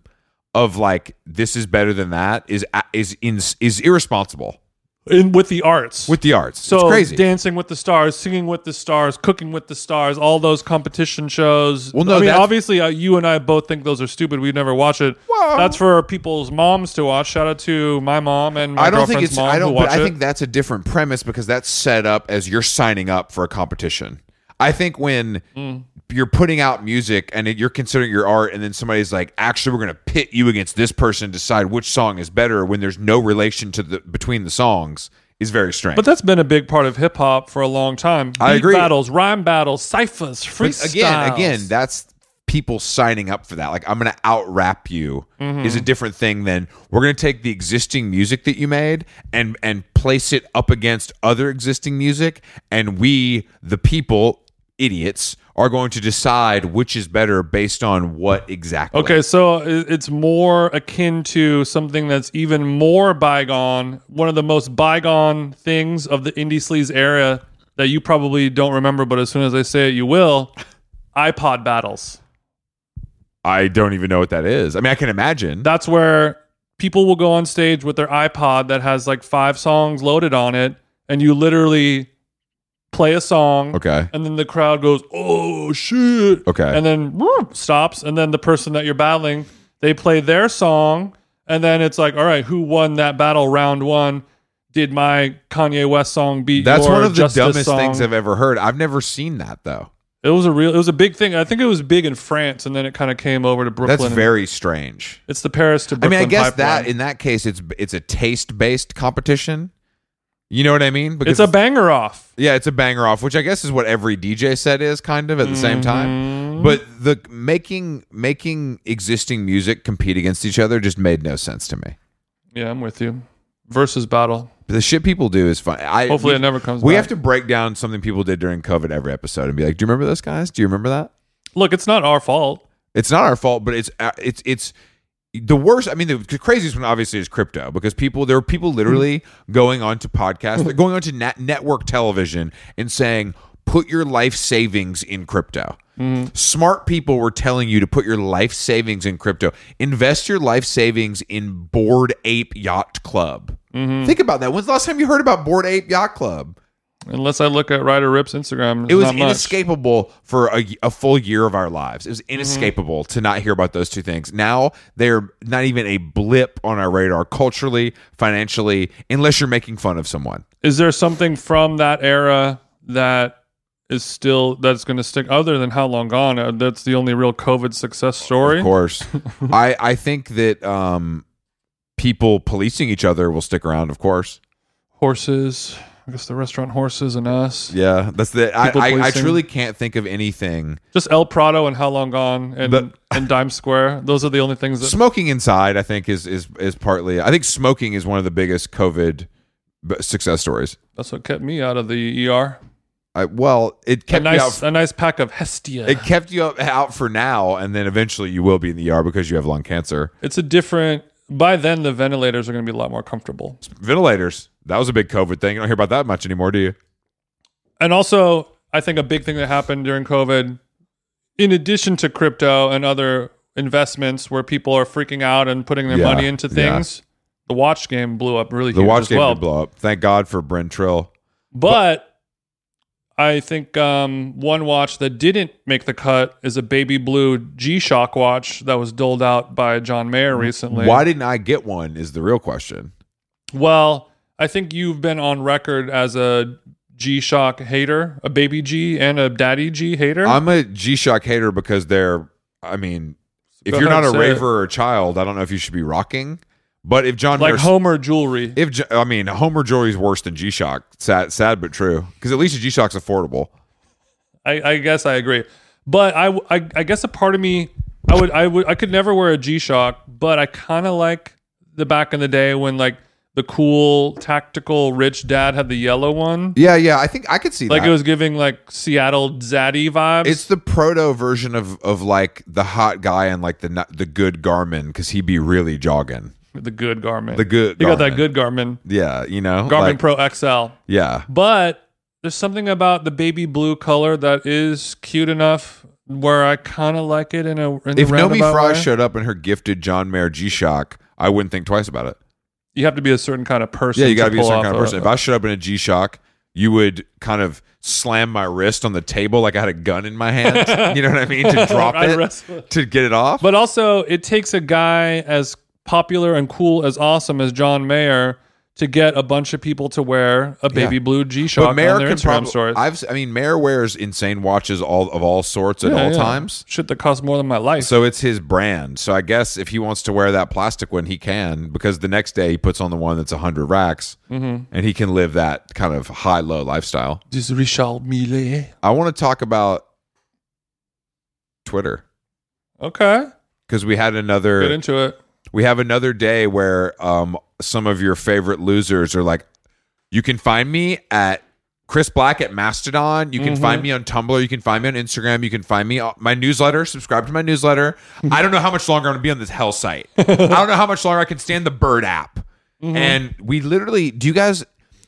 of like this is better than that is is in, is irresponsible
In with the arts.
with the arts.
so
it's crazy.
dancing with the stars, singing with the stars, cooking with the stars, all those competition shows.
Well, no,
I mean,
that's-
obviously, uh, you and I both think those are stupid. We'd never watch it.
Well-
that's for people's moms to watch. Shout out to my mom and my
I don't think
girlfriend's
it's.
mom
I don't.
who
But
watch
I
it.
think that's a different premise because that's set up as you're signing up for a competition. I think when
Hmm.
you're putting out music and it- you're considering your art, and then somebody's like, "Actually, we're going to pit you against this person, decide which song is better." When there's no relation to the between the songs, is very strange.
But that's been a big part of hip hop for a long time. Beat
I agree.
Battles, rhyme battles, ciphers, freestyles.
again, again, that's people signing up for that. Like I'm going to out rap you
Mm-hmm.
is a different thing than we're going to take the existing music that you made and and place it up against other existing music, and we the people idiots are going to decide which is better based on what exactly.
Okay, so i- it's more akin to something that's even more bygone. One of the most bygone things of the indie sleaze era that you probably don't remember, but as soon as I say it, you will. iPod battles.
I don't even know what that is. I mean, I can imagine.
That's where people will go on stage with their iPod that has like five songs loaded on it, and you literally play a song.
Okay.
And then the crowd goes, oh shit.
Okay.
And then whoop, stops. And then the person that you're battling, they play their song. And then it's like, all right, who won that battle round one? Did my Kanye West song beat
That's
your
one of the
Justice
dumbest
song?
things I've ever heard. I've never seen that though.
it was a real, it was a big thing. I think it was big in France, and then it kind of came over to Brooklyn.
That's very strange.
it's the Paris to
I
Brooklyn.
mean, I guess
pipeline.
that in that case, it's it's a taste based competition. You know what I mean?
it's a banger off.
yeah, it's a banger off, which I guess is what every DJ set is kind of at the
Mm-hmm.
same time. But the making making existing music compete against each other just made no sense to me.
Yeah, I'm with you. Versus battle.
The shit people do is fun. I,
Hopefully
we,
it never comes
We
back.
have to break down something people did during COVID every episode and be like, "Do you remember those guys? Do you remember that?"
Look, it's not our fault.
It's not our fault, but it's uh, it's it's the worst. I mean, the craziest one obviously is crypto because people there are people literally going on to podcasts, they're going on to nat- network television and saying, "Put your life savings in crypto." Smart people were telling you to put your life savings in crypto. Invest your life savings in Board Ape Yacht Club. Think about that. When's the last time you heard about Board Ape Yacht Club?
Unless I look at Ryder Rip's Instagram,
It was
not much.
inescapable for a, y- a full year of our lives. It was
Mm-hmm.
inescapable to not hear about those two things. Now they're not even a blip on our radar culturally, financially, unless you're making fun of someone.
Is there something from that era that is still that's going to stick other than how long gone? Uh, that's the only real COVID success story. (laughs)
Of course. I, I think that um, people policing each other will stick around, of course.
Horses. I guess the restaurant horses and us.
Yeah. That's the I,
People
I, I
policing.
truly can't think of anything.
Just El Prado and How Long Gone and
The-
and Dime Square. Those are the only things that
Smoking inside, I think, is is is partly I think smoking is one of the biggest COVID b- success stories.
that's what kept me out of the ER.
I, well, it
A
kept me out
nice a nice pack of Hestia.
It kept you up, out for now, and then eventually you will be in the ER because you have lung cancer.
it's a different by then the ventilators are going to be a lot more comfortable.
Ventilators. That was a big COVID thing. You don't hear about that much anymore, do you?
and also I think a big thing that happened during COVID, in addition to crypto and other investments where people are freaking out and putting their
Yeah,
money into
yeah.
things, the watch game blew up really
The
huge
watch
as
game
well.
did blow up. Thank God for Brent Trill.
But I think um, one watch that didn't make the cut is a baby blue G Shock watch that was doled out by John Mayer recently.
Why didn't I get one? Is the real question.
Well, I think you've been on record as a G Shock hater, a baby G and a daddy G hater.
I'm a G-Shock hater because they're. I mean, if
Go
you're
ahead
not a
and say it.
raver or a child, I don't know if you should be rocking. But if John
like
Mayer-
Homer jewelry.
If J- I mean Homer jewelry's worse than G-Shock, sad, sad but true. Because at least a G-Shock's affordable.
I, I guess I agree, but I, w- I- I guess a part of me, I would, I would, I could never wear a G Shock, but I kind of like the back in the day when like the cool tactical rich dad had the yellow one,
Yeah, yeah. I think I could see
like
that.
it was giving like Seattle zaddy vibes.
it's the proto version of of like the hot guy and like the not- the good Garmin because he be really jogging.
the good Garmin.
The good.
you got that
Garmin.
good Garmin,
Yeah, you know.
Garmin
like-
Pro XL.
Yeah.
But there's something about the baby blue color that is cute enough where I kind of like it in a in
If
a
Nomi
roundabout
Fry
way.
showed up in her gifted John Mayer G-Shock, I wouldn't think twice about it.
you have to be a certain kind of person.
Yeah, you got to
to
be a
pull
certain
off
kind of person. If I showed up in a G Shock, you would kind of slam my wrist on the table like I had a gun in
(laughs)
my hand. you know what I mean? To (laughs) drop
I'd
it,
wrestle it.
to get it off.
But also, it takes a guy as popular and cool as awesome as John Mayer to get a bunch of people to wear a baby
Yeah.
blue G Shock on their Instagram
prob-
stories.
I've, s- I mean, Mayer wears insane watches all of all sorts at
Yeah,
all
yeah.
times.
Shit that costs more than my life.
So it's his brand. So I guess if he wants to wear that plastic one, he can because the next day he puts on the one that's hundred racks,
Mm-hmm.
and he can live that kind of high low lifestyle.
this is Richard Mille.
I want to talk about Twitter
Okay.
because we had another
Get into it.
we have another day where um, some of your favorite losers are like, you can find me at Chris Black at Mastodon. You can
Mm-hmm.
find me on Tumblr. You can find me on Instagram. You can find me on my newsletter. Subscribe to
(laughs)
my newsletter. I don't know how much longer I'm going to be on this hell site. I don't know how much longer I can stand the bird app. And we literally, do you guys,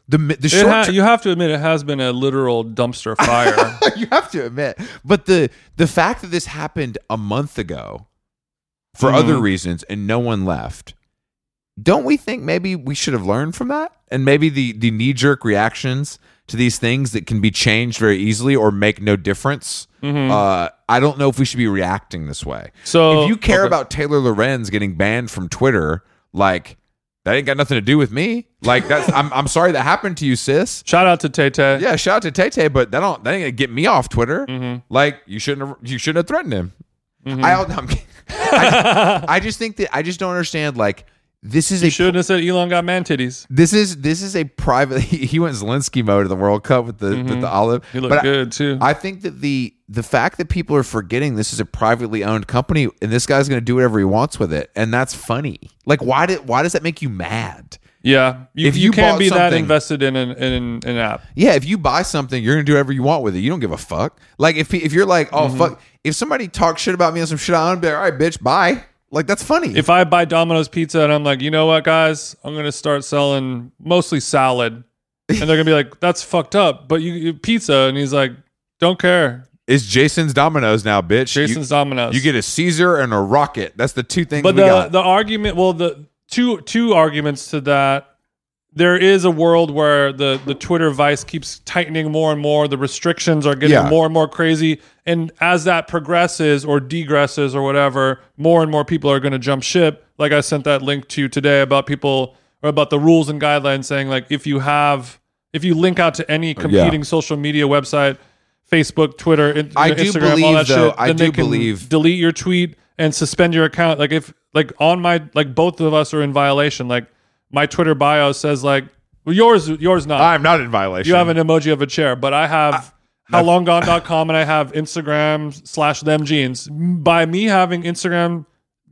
the, mi-
Mm-hmm.
the
It
short
ha-
term,
you have to admit, it has been a literal
(laughs)
dumpster fire.
you have to admit. But the the fact that this happened a month ago for other reasons and no one left. Don't we think maybe we should have learned from that? And maybe the the knee jerk reactions to these things that can be changed very easily or make no difference. Uh, I don't know if we should be reacting this way.
Mm-hmm. So-
if you
Oh,
care
okay.
about Taylor Lorenz getting banned from Twitter, like that ain't got nothing to do with me. Like that's I'm I'm sorry that happened to you, sis.
Shout out to Tay Tay.
Yeah, shout out to Tay Tay, but that don't that ain't gonna get me off Twitter.
Mm-hmm.
Like you shouldn't have, you shouldn't have threatened him. I, don't- I'm kidding. I, I just think that I just don't understand. Like this is a
Shouldn't have said Elon got man titties.
this is this is a private. (laughs) He, he went Zelensky mode at the World Cup with the with the olive.
Mm-hmm. He
But
looked
I-
good too.
I think that the the fact that people are forgetting this is a privately owned company and this guy's going to do whatever he wants with it and that's funny. Like why did why does that make you mad?
yeah. You,
if
you
you
can't
bought
be that
something-
invested in an, in an app.
Yeah, if you buy something, you're gonna do whatever you want with it. You don't give a fuck. Like if if you're like,
Mm-hmm.
oh fuck, if somebody talks shit about me on some shit, I'm gonna be like, all right, bitch, bye. Like that's funny.
if I buy Domino's pizza and I'm like, you know what, guys, I'm gonna start selling mostly salad, and they're gonna be like, that's fucked up, but you, you pizza, and he's like, don't care,
it's Jason's Domino's now, bitch.
Jason's Domino's.
you, you get a Caesar and a rocket. That's the two things
but
we
the
got.
the argument, well, the two two arguments to that. There is a world where the the Twitter vice keeps tightening more and more. The restrictions are getting
Yeah.
more and more crazy, and as that progresses or degresses or whatever, more and more people are going to jump ship. Like I sent that link to you today about people or about the rules and guidelines saying like if you have if you link out to
Oh,
any competing social media website, Facebook, Twitter, in,
I
Instagram,
do
all
believe,
that
though-
shit,
I
then they
do
can
believe-
delete your tweet and suspend your account. Like if like on my like both of us are in violation. Like my Twitter bio says like well, yours yours not.
I'm not in violation.
you have an emoji of a chair, but I
Ah,
have howlonggone.com and I have Instagram slash them jeans. By me having Instagram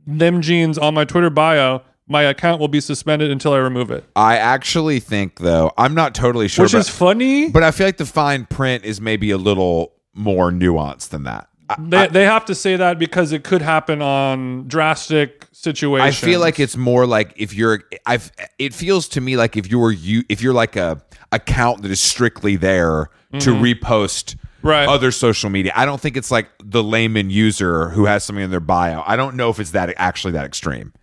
them jeans on my Twitter bio, my account will be suspended until I remove it.
I actually think though, I'm not totally sure.
Which
but,
is funny.
but I feel like the fine print is maybe a little more nuanced than that. I,
They, they have to say that because it could happen on drastic
I
situations.
feel like it's more like if you're I've it feels to me like if you're you if you're like a account that is strictly there to repost
Mm-hmm. Right.
other social media. I don't think it's like the layman user who has something in their bio. I don't know if it's that actually that extreme.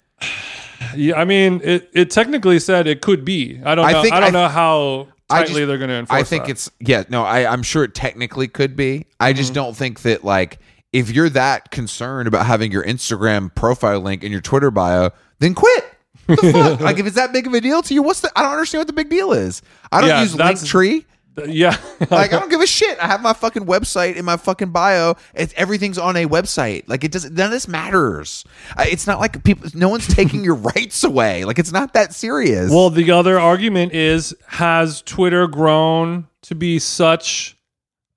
Yeah, I mean, it, it technically said it could be. I don't
I
know. I,
think-
don't
I-
know how
I
tightly
just-
they're going to enforce.
I think
that.
it's yeah, no, I, I'm sure it technically could be. I
Mm-hmm.
just don't think that like if you're that concerned about having your Instagram profile link in your Twitter bio, then quit. What
(laughs)
the fuck? Like if it's that big of a deal to you, what's the I don't understand what the big deal is. I don't
Yeah,
use
that's- (laughs)
Linktree.
yeah.
Like I don't give a shit. I have my fucking website in my fucking bio. It's everything's on a website. Like it doesn't. None of this matters. Uh, It's not like people. No one's
(laughs)
taking your rights away. Like it's not that serious.
well, the other argument is has Twitter grown to be such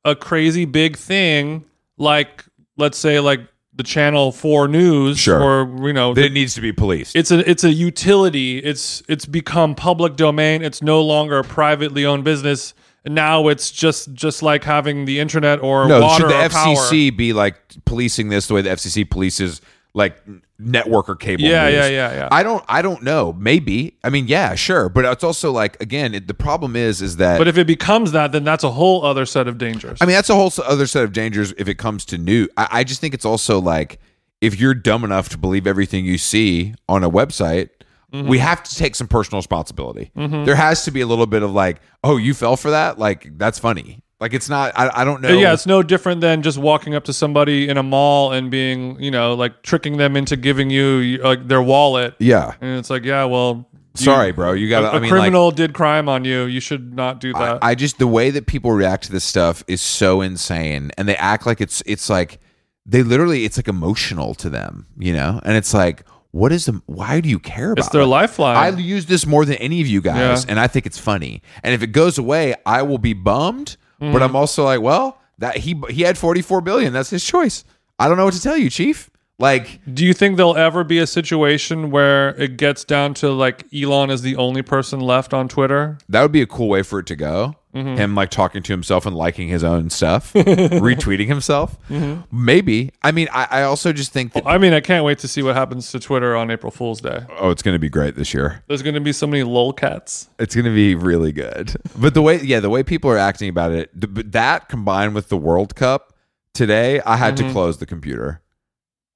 a crazy big thing like let's say like the channel 4 news
Sure.
or you know
it needs to be policed.
it's a it's a utility. It's it's become public domain. It's no longer a privately owned business. And now it's just just like having the internet or
no,
water
should the
or power.
FCC be like policing this the way the FCC polices like n- network or cable?
Yeah,
news?
yeah, yeah, yeah.
I don't. I don't know. Maybe. I mean, yeah, sure. But it's also like again, it, the problem is, is that.
But if it becomes that, then that's a whole other set of dangers.
I mean, that's a whole s- other set of dangers if it comes to new. I, I just think it's also like if you're dumb enough to believe everything you see on a website,
Mm-hmm.
we have to take some personal responsibility. There has to be a little bit of like, oh, you fell for that? Like, that's funny. Like, it's not, I, I don't know.
But yeah, it's no different than just walking up to somebody in a mall and being, you know, like tricking them into giving you like their wallet.
Yeah.
And it's like, yeah, well, you-
Sorry, bro. You
a,
got to,
a
I mean, like,
criminal did crime on you. You should not do that.
I, I just the way that people react to this stuff is so insane, and they act like it's it's like they literally it's like emotional to them, you know. And it's like, what is the why do you care about?
it's their
it?
lifeline.
I use this more than any of you guys,
Yeah.
and I think it's funny. And if it goes away, I will be bummed.
Mm.
But I'm also like, well, that he he had 44 billion. That's his choice. I don't know what to tell you, Chief. Like,
Do you think there'll ever be a situation where it gets down to like Elon is the only person left on Twitter?
that would be a cool way for it to go. Him like talking to himself and liking his own stuff, retweeting himself. Maybe. I mean, I, I also just think that
I mean, I can't wait to see what happens to Twitter on April Fool's Day.
oh, it's going to be great this year.
There's going to be so many lolcats.
It's going to be really good. But the way, yeah, the way people are acting about it, th- but that combined with the World Cup today, I had to close the computer.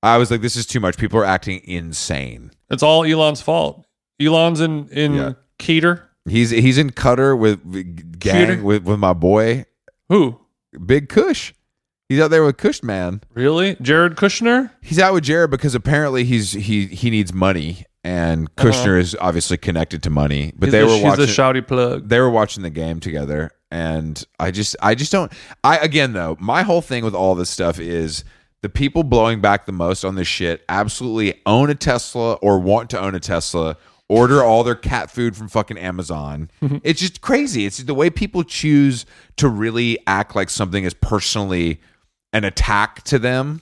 I was like, this is too much. People are acting insane.
It's all Elon's fault. Elon's in in
Yeah.
Keter.
He's he's in Qatar with- with gang
Cuter.
with, with my boy
Who
Big Kush. He's out there with Kush man.
really? Jared Kushner.
He's out with Jared because apparently he's he he needs money, and Kushner is obviously connected to money.
Uh-huh.
But
He's
they
a,
were
she's
watching.
a shouty plug.
they were watching the game together, and I just I just don't. I again though, my whole thing with all this stuff is the people blowing back the most on this shit absolutely own a Tesla or want to own a Tesla. Order all their cat food from fucking Amazon. it's just crazy. It's the way people choose to really act like something is personally an attack to them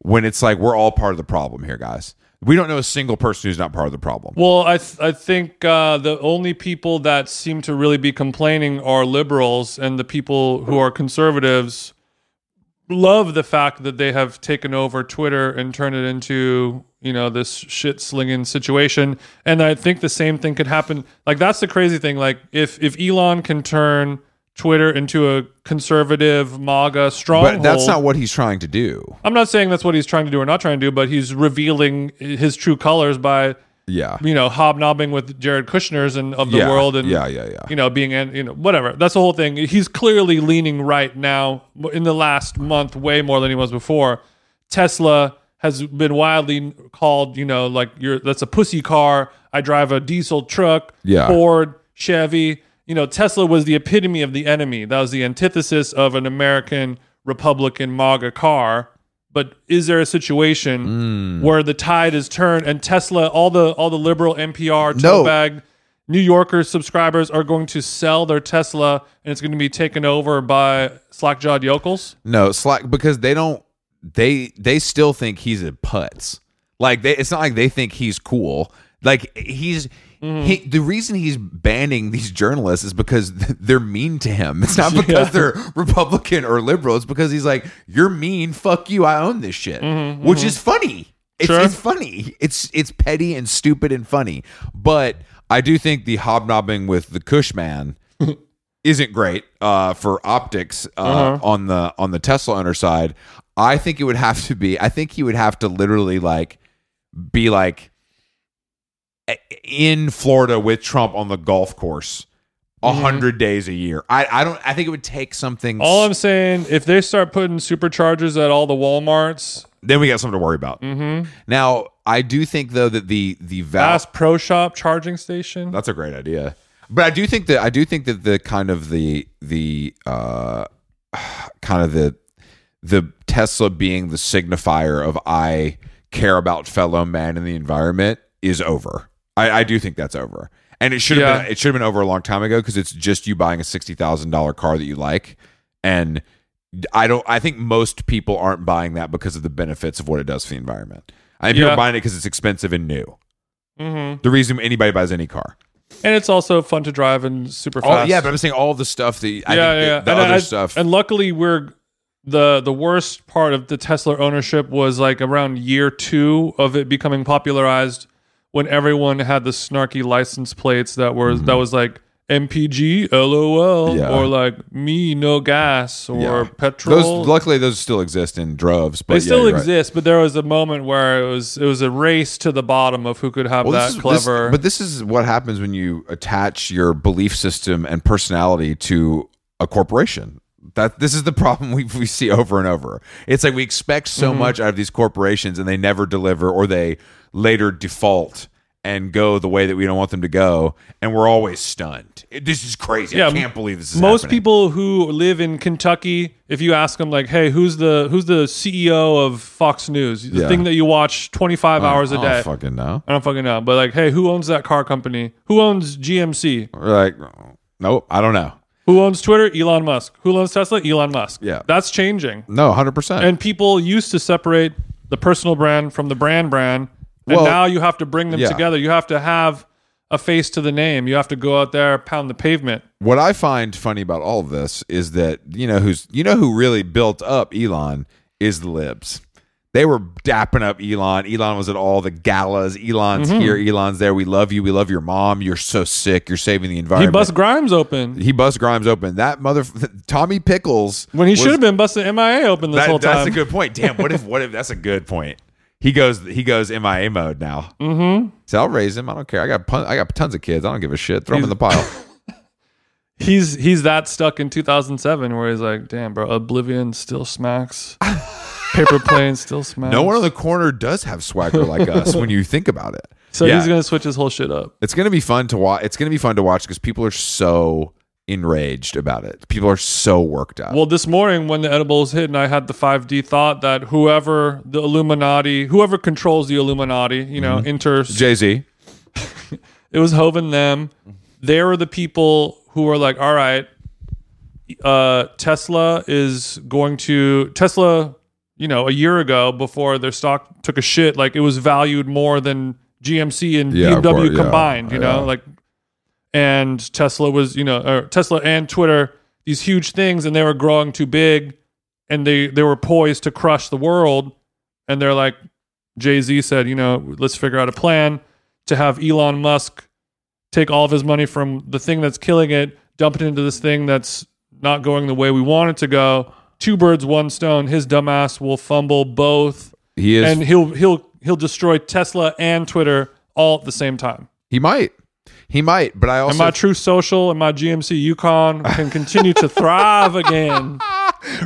when it's like we're all part of the problem here, guys. We don't know a single person who's not part of the problem.
Well, I th- I think uh, the only people that seem to really be complaining are liberals, and the people who are conservatives love the fact that they have taken over Twitter and turned it into you know this shit slinging situation. And I think the same thing could happen. Like that's the crazy thing. Like if if Elon can turn Twitter into a conservative MAGA stronghold,
But that's not what he's trying to do.
I'm not saying that's what he's trying to do or not trying to do, but he's revealing his true colors by
Yeah.
you know hobnobbing with Jared Kushner's and of the
yeah.
world and
yeah, yeah, yeah.
you know being and you know whatever that's the whole thing he's clearly leaning right now in the last month way more than he was before Tesla has been wildly called you know like you're that's a pussy car I drive a diesel truck
Yeah.
Ford Chevy you know Tesla was the epitome of the enemy that was the antithesis of an American Republican MAGA car but is there a
Hmm.
situation where the tide is turned and Tesla, all the all the liberal NPR tote
No.
bag New Yorker subscribers are going to sell their Tesla and it's going to be taken over by slack-jawed yokels?
No, slack because they don't they they still think he's a putz. Like they it's not like they think he's cool. Like he's
Mm-hmm.
he, the reason he's banning these journalists is because (laughs) they're mean to him.
(laughs)
It's not because they're Republican or liberal. It's because he's like, "You're mean. Fuck you. I own this shit,"
Mm-hmm.
which is funny. It's,
Sure.
it's funny. It's it's petty and
(laughs)
stupid and funny. But I do think the hobnobbing with the Cushman isn't great uh, for optics uh,
Uh-huh.
on the on the Tesla owner side. I think it would have to be. I think he would have to literally like be like a- in Florida with Trump on the golf course a
Mm-hmm.
100 days a year. I I don't. I think it would take something.
All
s-
I'm saying, if they start putting superchargers at all the Walmarts,
then we got something to worry about.
mhm,
Now I do think though that the the value.
Bass Pro Shop charging station.
That's a great idea. But I do think that I do think that the kind of the the uh (sighs) kind of the the Tesla being the signifier of I care about fellow man and the environment is over. I, I do think that's over. And it should have
Yeah.
been it should have been over a long time ago because it's just you buying a sixty thousand dollar car that you like. And I don't I think most people aren't buying that because of the benefits of what it does for the environment. I think people
Yeah.
are buying it because it's expensive and new.
hmm
The reason anybody buys any car.
And it's also fun to drive and super
All,
fast.
Oh, yeah, but I'm saying all the stuff that I
yeah,
think
yeah.
the, the
and
other
I-
stuff.
And luckily, we're the the worst part of the Tesla ownership was like around year two of it becoming popularized, when everyone had the snarky license plates that were that was like MPG, LOL,
Mm-hmm. Yeah.
or like me no gas or
Yeah.
petrol.
those luckily those still exist in droves, but
they
yeah,
still
you're right.
exist, but there was a moment where it was it was a race to the bottom of who could have
Well,
that
this is, this-
clever.
but this is what happens when you attach your belief system and personality to a corporation. That this is the (laughs) problem we, we see over and over. It's like we expect so
Mm-hmm.
much out of these corporations, and they never deliver, or they later default and go the way that we don't want them to go, and we're always stunned. It- this is crazy.
Yeah,
I can't believe this is
most
happening.
people who live in Kentucky, if you ask them like, "Hey, who's the who's the CEO of Fox News?" The
Yeah. Oh,
thing that you watch 25 hours a
I
day.
don't fucking know.
I don't fucking know, but like, "Hey, who owns that car company? Who owns GMC?
We're like, nope, I don't know.
Who owns Twitter? Elon Musk. Who owns Tesla? Elon Musk."
Yeah.
That's changing.
No, hundred percent.
And people used to separate the personal brand from the brand brand, and
Well,
now you have to bring them
yeah.
together. You have to have a face to the name. You have to go out there, pound the pavement.
What I find funny about all of this is that you know who's you know who really built up Elon is the libs. They were dapping up Elon. Elon was at all the galas. Elon's
Mm-hmm.
here. Elon's there. We love you. We love your mom. You're so sick. You're saving the
He
environment.
bust Grimes open.
he bust Grimes open. That mother (laughs) Tommy Pickles
When he
was-
should have been busting MIA open this
That-
whole time.
That's a good point. Damn. What if? What if? That's a good point. He goes. He goes MIA mode now. Mm-hmm. So I'll raise him. I don't care. I got. Pun- I got tons of kids. I don't give a shit. Throw them in the pile.
he's he's that stuck in 2007 where he's like, damn, bro, Oblivion still
(laughs)
smacks, Paper Plane still smacks. (laughs)
No one on the corner does have swagger like us when you think about it.
so
Yeah.
he's gonna switch his whole shit up.
it's gonna be fun to watch. It's gonna be fun to watch because people are so enraged about it. People are so worked up.
Well, this morning when the edibles hit, and I had the 5D thought that whoever the Illuminati, whoever controls the Illuminati, you know,
Mm-hmm.
inter,
Jay Z,
it was Hove and them. They were the people who were like, all right, uh, Tesla is going to Tesla. You know, a year ago, before their stock took a shit, like it was valued more than GMC and
Yeah, of
BMW
course, yeah,
combined. You know,
yeah.
like and Tesla was, you know, or Tesla and Twitter, these huge things, and they were growing too big, and they they were poised to crush the world, and they're like, Jay Z said, you know, let's figure out a plan to have Elon Musk take all of his money from the thing that's killing it, dump it into this thing that's not going the way we want it to go. Two birds, one stone. His dumbass will fumble both,
he is.
and he'll he'll he'll destroy Tesla and Twitter all at the same time.
he might. He might. But I also
And my True Social and my GMC Yukon can continue
(laughs)
to thrive again.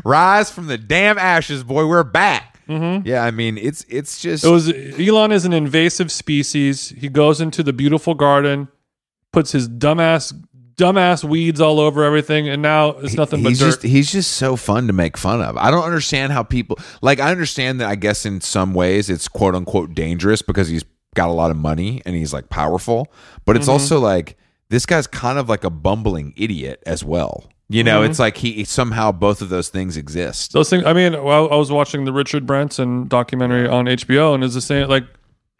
rise from the damn ashes, boy. We're back. Yeah, I mean, it's it's just
Mm-hmm. It was Elon is an invasive species. He goes into the beautiful garden, puts his dumbass dumbass weeds all over everything, and now it's nothing but
he's
dirt.
just he's just so fun to make fun of. I don't understand how people like. I understand that. I guess in some ways it's quote unquote dangerous because he's got a lot of money and he's like powerful, but
Mm-hmm.
it's also like this guy's kind of like a bumbling idiot as well. You know,
Mm-hmm.
it's like he somehow both of those things exist.
Those things. I mean, well, I was watching the Richard Branson documentary on HBO, and it's the same. Like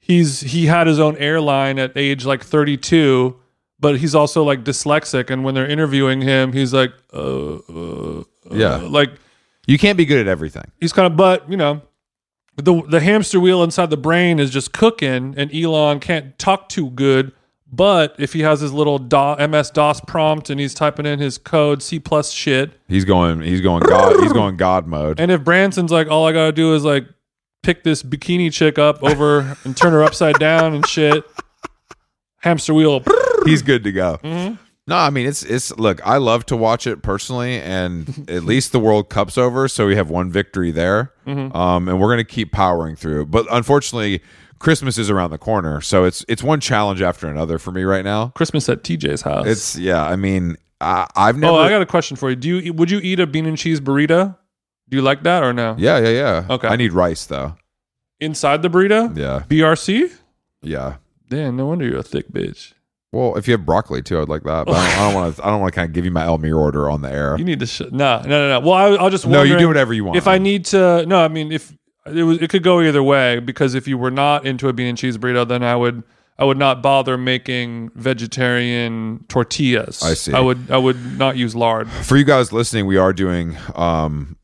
he's he had his own airline at age like 32, but he's also like dyslexic, and when they're interviewing him, he's like, uh, uh,
Yeah.
like
You can't be good at everything.
he's kind of but you know the the hamster wheel inside the brain is just cooking and Elon can't talk too good But if he has his little DO MS DOS prompt and he's typing in his code C plus shit,
He's going. He's going. God. He's going. God mode.
and if Branson's like, all I gotta do is like pick this bikini chick up over and turn her upside down and shit, hamster wheel.
He's good to go.
Mhm.
No, I mean it's it's look, I love to watch it personally and at least the World Cup's over, so we have one victory there.
Mm-hmm.
Um and we're going to keep powering through. But unfortunately, Christmas is around the corner, so it's it's one challenge after another for me right now.
Christmas at TJ's house.
It's yeah, I mean I, I've never
oh, I got a question for you. Do you would you eat a bean and cheese burrito? Do you like that or no?
(laughs) Yeah, yeah, yeah.
Okay.
I need rice though.
Inside the burrito,
Yeah.
BRC.
Yeah.
Damn, no wonder you're a thick bitch.
Well, if you have broccoli too, I'd like that. But I don't want to I don't want to kind of give you my Elmir order on the air.
You need to sh- no, no, no, no. Well, I, I'll just
No, you do
wondering-
whatever you want.
If I need to, no, I mean, if it was, it could go either way because if you were not into a bean and cheese burrito, then I would, I would not bother making vegetarian tortillas.
I see.
I would, I would not use lard.
for you guys listening, we are doing um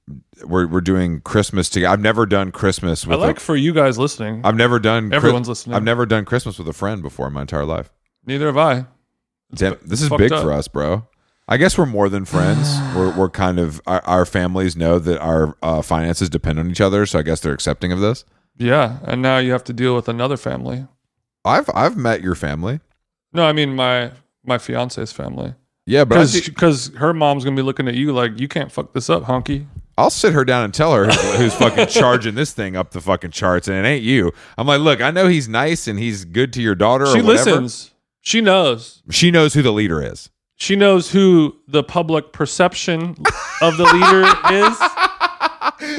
we're we're doing Christmas together. I've never done Christmas
I
with
like
a,
for you guys listening.
I've never done Chri-
Everyone's listening.
I've never done Christmas with a friend before in my entire life.
Neither have I.
Damn, this is
fucked
big
up.
for us, bro. I guess we're more than friends. we're we're kind of our, our families know that our uh, finances depend on each other, so I guess they're accepting of this.
Yeah, and now you have to deal with another family.
I've I've met your family.
No, I mean my my fiance's family
Yeah, but I see-
because her mom's gonna be looking at you like you can't fuck this up, honky.
I'll sit her down and tell her who's, who's (laughs) fucking charging this thing up the fucking charts, and it ain't you. I'm like, look, I know he's nice and he's good to your daughter.
She
or whatever.
listens. She knows.
She knows who the leader is.
She knows who the public perception of the
(laughs)
leader is.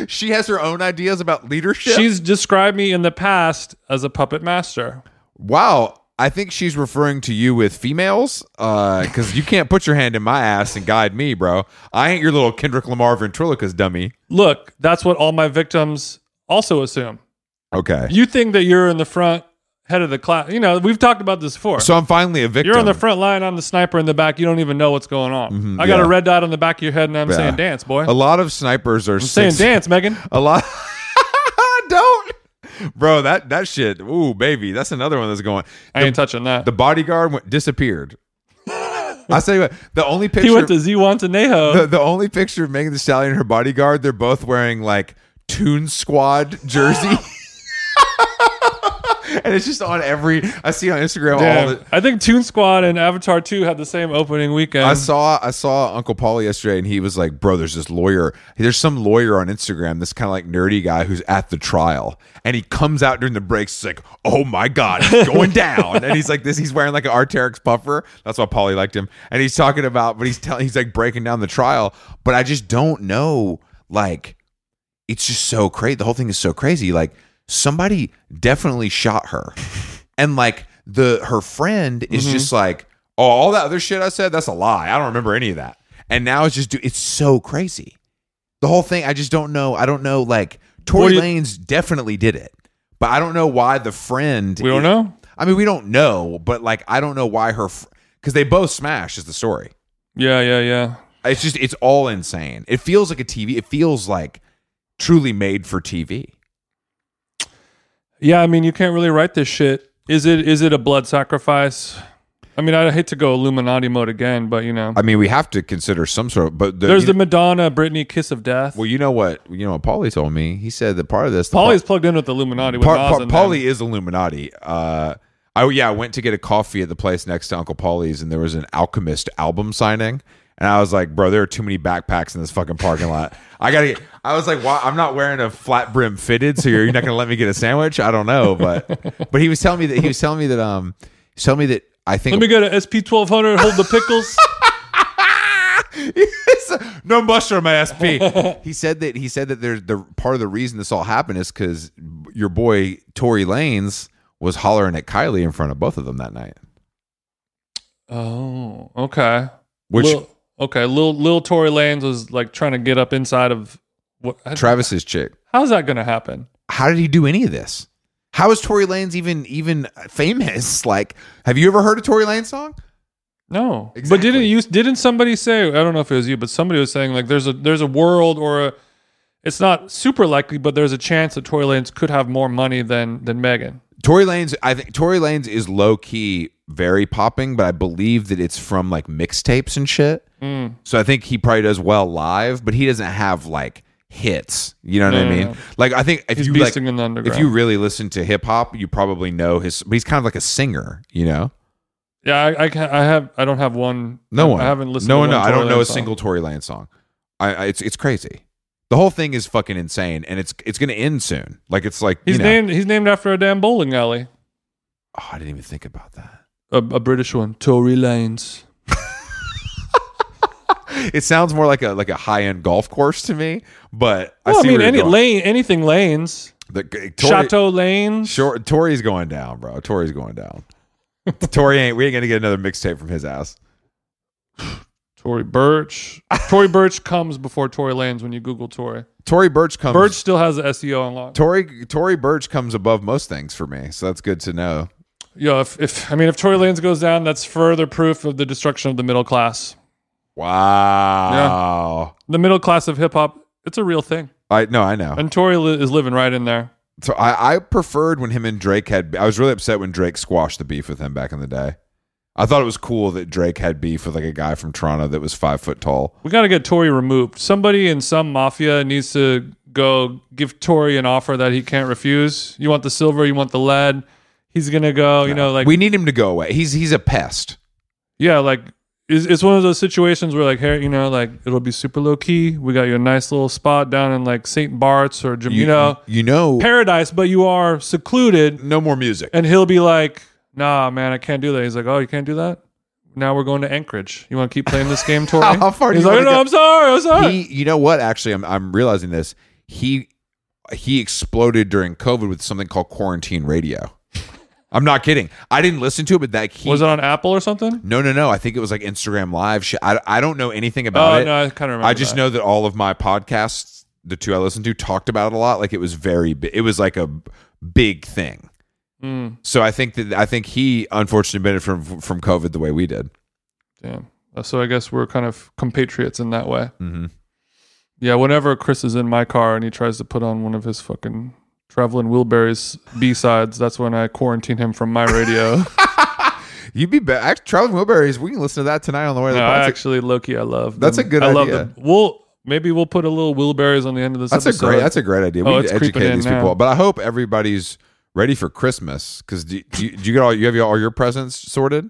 She has her own ideas about leadership.
She's described me in the past as a puppet master.
wow. I think she's referring to you with females, because you can't put your hand in my ass and guide me, bro. I ain't your little Kendrick Lamar ventriloquist dummy.
Look, that's what all my victims also assume.
Okay.
You think that you're in the front, head of the class. You know, we've talked about this before.
So I'm finally a victim.
you're on the front line, I'm the sniper in the back. You don't even know what's going on. I got
Mm-hmm. yeah.
a red dot on the back of your head, and I'm
Yeah.
saying dance, boy.
A lot of snipers are
saying
six-
dance, Megan.
A lot. (laughs) Don't, bro. That that shit. Ooh, baby. That's another one that's going.
I ain't touching that.
The bodyguard went, disappeared. I say what. The only picture
he went to Z1 to Neho.
the, the only picture of Megan the Stallion and her bodyguard, they're both wearing like Toon Squad jersey. and it's just on every I see on Instagram all
Damn.
the
I think Toon Squad and Avatar 2 had the same opening weekend.
I saw I saw Uncle Paul yesterday and he was like, Bro, there's this lawyer. There's some lawyer on Instagram, this kind of like nerdy guy who's at the trial. And he comes out during the breaks, he's like, Oh my God, it's going down. and he's like this, he's wearing like an Arteryx puffer. That's why Paulie liked him. And he's talking about, but he's telling he's like breaking down the trial. But I just don't know like it's just so crazy. The whole thing is so crazy. Like somebody definitely
(laughs)
shot her, and like the her friend is
Mm-hmm.
just like, oh, all that other shit I said, that's a lie. I don't remember any of that. And now it's just, dude, it's so crazy. The whole thing, I just don't know. I don't know. Like
What
Tory
do you-
Lanez definitely did it, but I don't know why the friend.
we don't know.
I mean, we don't know, but like I don't know why her because they both smash is the story.
Yeah, yeah, yeah.
It's just it's all insane. It feels like a TV. It feels like truly made for TV.
Yeah, I mean, you can't really write this shit. Is it is it a blood sacrifice? I mean, I hate to go Illuminati mode again, but you know,
I mean, we have to consider some sort of. But the,
there's
you
the
know-
Madonna Britney kiss of death.
well, you know what you know what Paulie told me. He said that part of this. the
Paulie's plugged in with Illuminati. With
part,
Nas
part-
and
Paulie
them.
is Illuminati. Uh, I yeah, I went to get a coffee at the place next to Uncle Paulie's, and there was an Alchemist album signing. And I was like, bro, there are too many backpacks in this fucking parking lot. I gotta. Get, I was like, why? I'm not wearing a flat brim fitted, so you're, you're not gonna let me get a sandwich? I don't know, but but he was telling me that he was telling me that um, he was telling me that I think
Let me go to SP 1200. Hold the
(laughs)
pickles.
no mushroom SP. (laughs) he said that he said that there's the part of the reason this all happened is because your boy Tory Lanes was hollering at Kylie in front of both of them that night.
oh, okay.
Which
Lil, okay, Lil Lil Tory Lanez was like trying to get up inside of what?
Travis's chick.
How's that gonna happen?
How did he do any of this? How is Tory Lanes even even famous? (laughs) Like, have you ever heard a Tory Lanez song?
No, but
Exactly.
didn't you? Didn't somebody say? I don't know if it was you, but somebody was saying like there's a there's a world or a. It's not super likely, but there's a chance that Tory Lanez could have more money than than Megan.
Tory Lanes, I think Tory Lanes is low key very popping, but I believe that it's from like mixtapes and shit.
Mm.
So I think he probably does well live, but he doesn't have like hits. You know what I
no,
mean?
no.
Like I think if
He's
you like,
beasting in the
if
underground.
you really listen to hip hop, you probably know his. But he's kind of like a singer, you know.
yeah, I, I can't. I have. I don't have one.
No
I-
one.
I haven't listened.
No
to
one. no,
one
I don't
Tory
know a
Lanez song.
single Tory Lane song. I, I it's it's crazy. The whole thing is fucking insane, and it's it's gonna end soon. Like it's like
He's
you know,
named. He's named after a damn bowling alley.
Oh, I didn't even think about that.
A, a British one. Tory Lanes.
It sounds more like a like a high end golf course to me, but
Well, I,
see
mean,
where
any
you're going.
lane, anything lanes.
The, Tory,
Chateau lanes.
Short, Tory's going down, bro. Tory's going down. Tory ain't. We ain't gonna get another mixtape from his ass.
Tory Birch. Tory Birch comes before Tory Lanes when you Google Tory.
Tory Birch comes.
Birch still has E the SEO unlocked.
Tory Tory Birch comes above most things for me, so that's good to know.
Yeah, if, if I mean if Tory Lanes goes down, that's further proof of the destruction of the middle class.
Wow.
The middle class of hip hop, it's a real thing,
I no, I know.
and Tory li- is living right in there.
So I, I preferred when him and Drake had. I was really upset when Drake squashed the beef with him back in the day. I thought it was cool that Drake had beef with like a guy from Toronto that was five foot tall.
We got to get Tory removed. Somebody in some mafia needs to go give Tory an offer that he can't refuse. You want the silver, you want the lead. He's gonna go. You know, like
we need him to go away. He's he's a pest.
yeah, like it's, it's one of those situations where like here, you know, like it'll be super low key. We got you a nice little spot down in like St. Bart's or Jam- you, know
you know,
paradise, but you are secluded.
no more music.
And he'll be like, "Nah, man, I can't do that." He's like, "Oh, you can't do that." Now we're going to Anchorage. You want to keep playing this game,
(laughs)
Tori?
How far do
He's
you
like,
wanna
"No,
go?"
I'm sorry, I'm sorry."
He, you know what? Actually, I'm I'm realizing this. He he exploded during COVID with something called quarantine radio. I'm not kidding. I didn't listen to it, but that he,
was uh, it on Apple or something?
no, no, no. I think it was like Instagram Live. Shit. I I don't know anything about
Oh
it.
no, I kind of remember.
I just
that.
know that all of my podcasts, the two I listened to, talked about it a lot. Like it was very, bi- it was like a big thing.
Mm,
So I think that I think he unfortunately benefited from from COVID the way we did.
damn. Uh, So I guess we're kind of compatriots in that way.
Mm-hmm.
Yeah. Whenever Chris is in my car and he tries to put on one of his fucking traveling Wilburys B sides, that's when I quarantine him from my
(laughs)
radio. (laughs)
You'd be better. Actually, Traveling Wilburys, we can listen to that tonight on the way to the
no,
podcast.
I actually Loki, I love.
That's
them.
a good
I love
idea.
them. We'll maybe we'll put a little Wilburys on the end of this.
That's a
episode.
great. That's a great idea. We
Oh,
need
it's
to
creeping
educate
in
these
now.
people. But I hope everybody's ready for Christmas because do, do, you- do you get all you have your, all your presents sorted?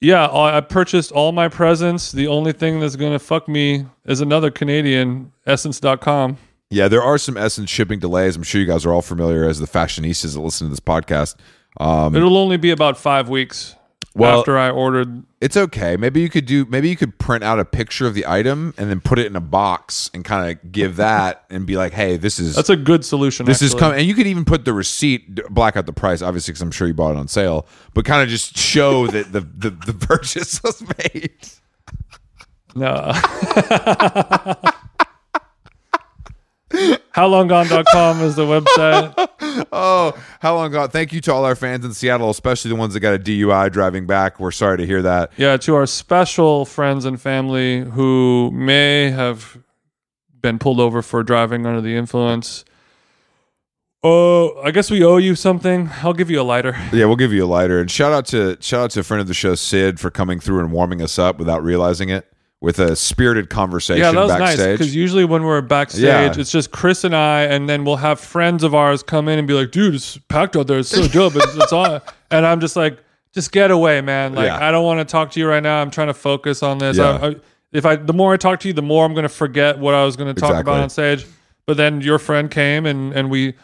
Yeah, I I purchased all my presents. The only thing that's going to fuck me is another Canadian, essence.com.
Yeah, there are some Essence shipping delays. I'm sure you guys are all familiar as the fashionistas that listen to this podcast. Um,
It'll only be about five weeks
Well-
after I ordered.
it's okay. Maybe you could do. Maybe you could print out a picture of the item and then put it in a box and kind of give that and be like, "Hey, this is
That's a good solution.
This is
actually.
coming, and you could even put the receipt, d- black out the price, obviously, because I'm sure you bought it on sale, but kind of just show (laughs) that the, the the purchase was made.
(laughs) No. HowLongGone.com is the website.
Oh, how long gone? Thank you to all our fans in Seattle, especially the ones that got a DUI driving back. We're sorry to hear that.
Yeah, to our special friends and family who may have been pulled over for driving under the influence. Oh, I guess we owe you something. I'll give you a lighter.
Yeah, we'll give you a lighter. And shout out to shout out to a friend of the show, Sid, for coming through and warming us up without realizing it with a spirited conversation
Yeah, that was nice
backstage.
because usually when we're backstage,
Yeah.
it's just Chris and I, and then we'll have friends of ours come in and be like, "Dude, it's packed out there. It's
(laughs)
so dope. It's, it's on." And I'm just like, "Just get away, man. Like,
Yeah.
I don't want to talk to you right now. I'm trying to focus on this.
Yeah.
I, I, if I, the more I talk to you, the more I'm going to forget what I was going to talk
Exactly.
about on stage." But then your friend came and and we,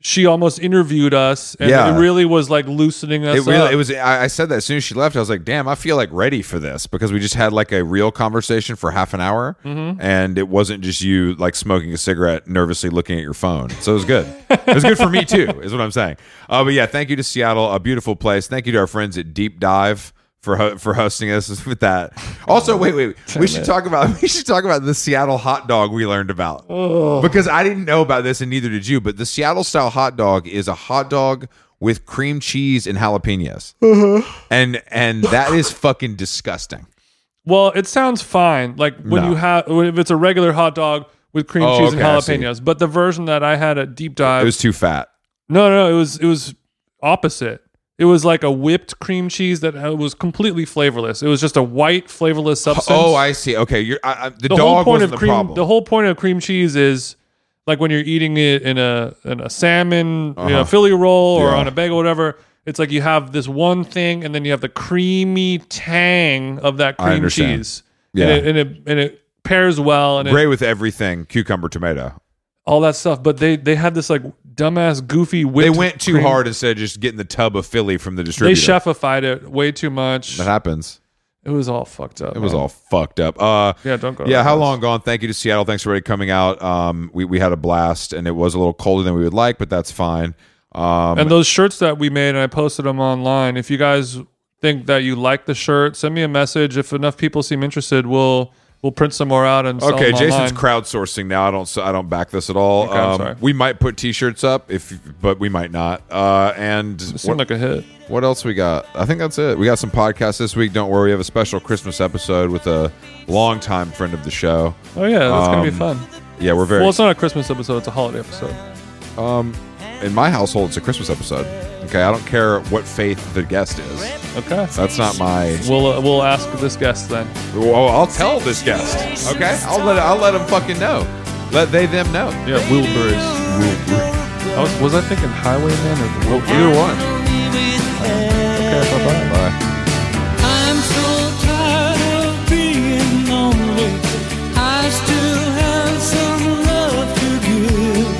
she almost interviewed us, and
Yeah.
it really was like loosening us
it really
up.
it was I, I said that as soon as she left i was like damn i feel like ready for this because we just had like a real conversation for half an hour
Mm-hmm.
and it wasn't just you like smoking a cigarette nervously looking at your phone so it was good it was good for me too is what i'm saying uh, but yeah thank you to seattle a beautiful place thank you to our friends at deep dive for, ho- for hosting us (laughs) with that. Also, wait, wait, wait. we should talk about (laughs) we should talk about the Seattle hot dog we learned about
Oh,
because I didn't know about this and neither did you. But the Seattle style hot dog is a hot dog with cream cheese and jalapenos,
Uh-huh.
and and that is fucking disgusting. (laughs)
Well, it sounds fine. Like when
No.
you have, if it's a regular hot dog with cream
Oh,
cheese and
okay, I see. Uh,
jalapenos. But the version that I had at Deep
It
Dive,
was too fat.
no, no, it was it was opposite. It was like a whipped cream cheese that ha- was completely flavorless. It was just a white flavorless substance.
Oh, I see. Okay, you're I, I, the, dog wasn't
of
the
cream
problem.
the whole point of cream cheese is like when you're eating it in a in a salmon you know,
Uh-huh.
Philly roll or
Yeah.
on a bagel whatever. It's like you have this one thing, and then you have the creamy tang of that
I
cream
understand.
cheese.
Yeah.
and it, and it and it pairs well, and it,
Great with everything, cucumber, tomato.
all that stuff. But they they had this like dumbass goofy.
They
Whipped
went too
cream-
hard instead of just getting the tub of Philly from the
They
distributor.
chefified it way too much.
that happens.
It was all fucked up.
It was
man.
all fucked up. Uh,
Yeah, don't go.
yeah
to
how
that.
long gone thank you to seattle thanks for coming out um we, we had a blast and it was a little colder than we would like but that's fine um
And those shirts that we made, and I posted them online. If you guys think that you like the shirt, send me a message. If enough people seem interested, we'll we'll print some more out and sell
okay
them
jason's
online.
crowdsourcing now i don't s- i don't back this at all
Okay, I'm
Um,
sorry.
we might put t-shirts up if but we might not uh and
It
what,
seemed like a hit.
what else we got i think that's it we got some podcasts this week don't worry we have a special christmas episode with a longtime friend of the show
Oh yeah, that's gonna be
Um,
fun.
yeah we're very
Well, it's not a Christmas episode; it's a holiday episode.
um in my household it's a christmas episode okay i don't care what faith the guest is
Okay,
that's not my
we'll uh, we'll ask this guest then.
Well, I'll tell this guest. Okay, I'll let I'll let them fucking know. Let they them know.
Yeah, Wilburys. I was, was I thinking Highwayman or Wilbur?
Either one.
Okay, bye bye.
Bye.
I'm so tired of being lonely. I still have some love to give.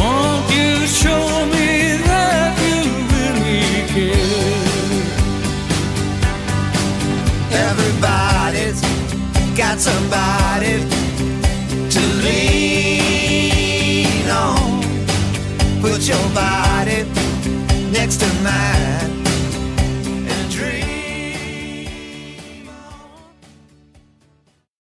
Won't you show me that you really care?
Everybody's got somebody to lean on. Put your body next to mine.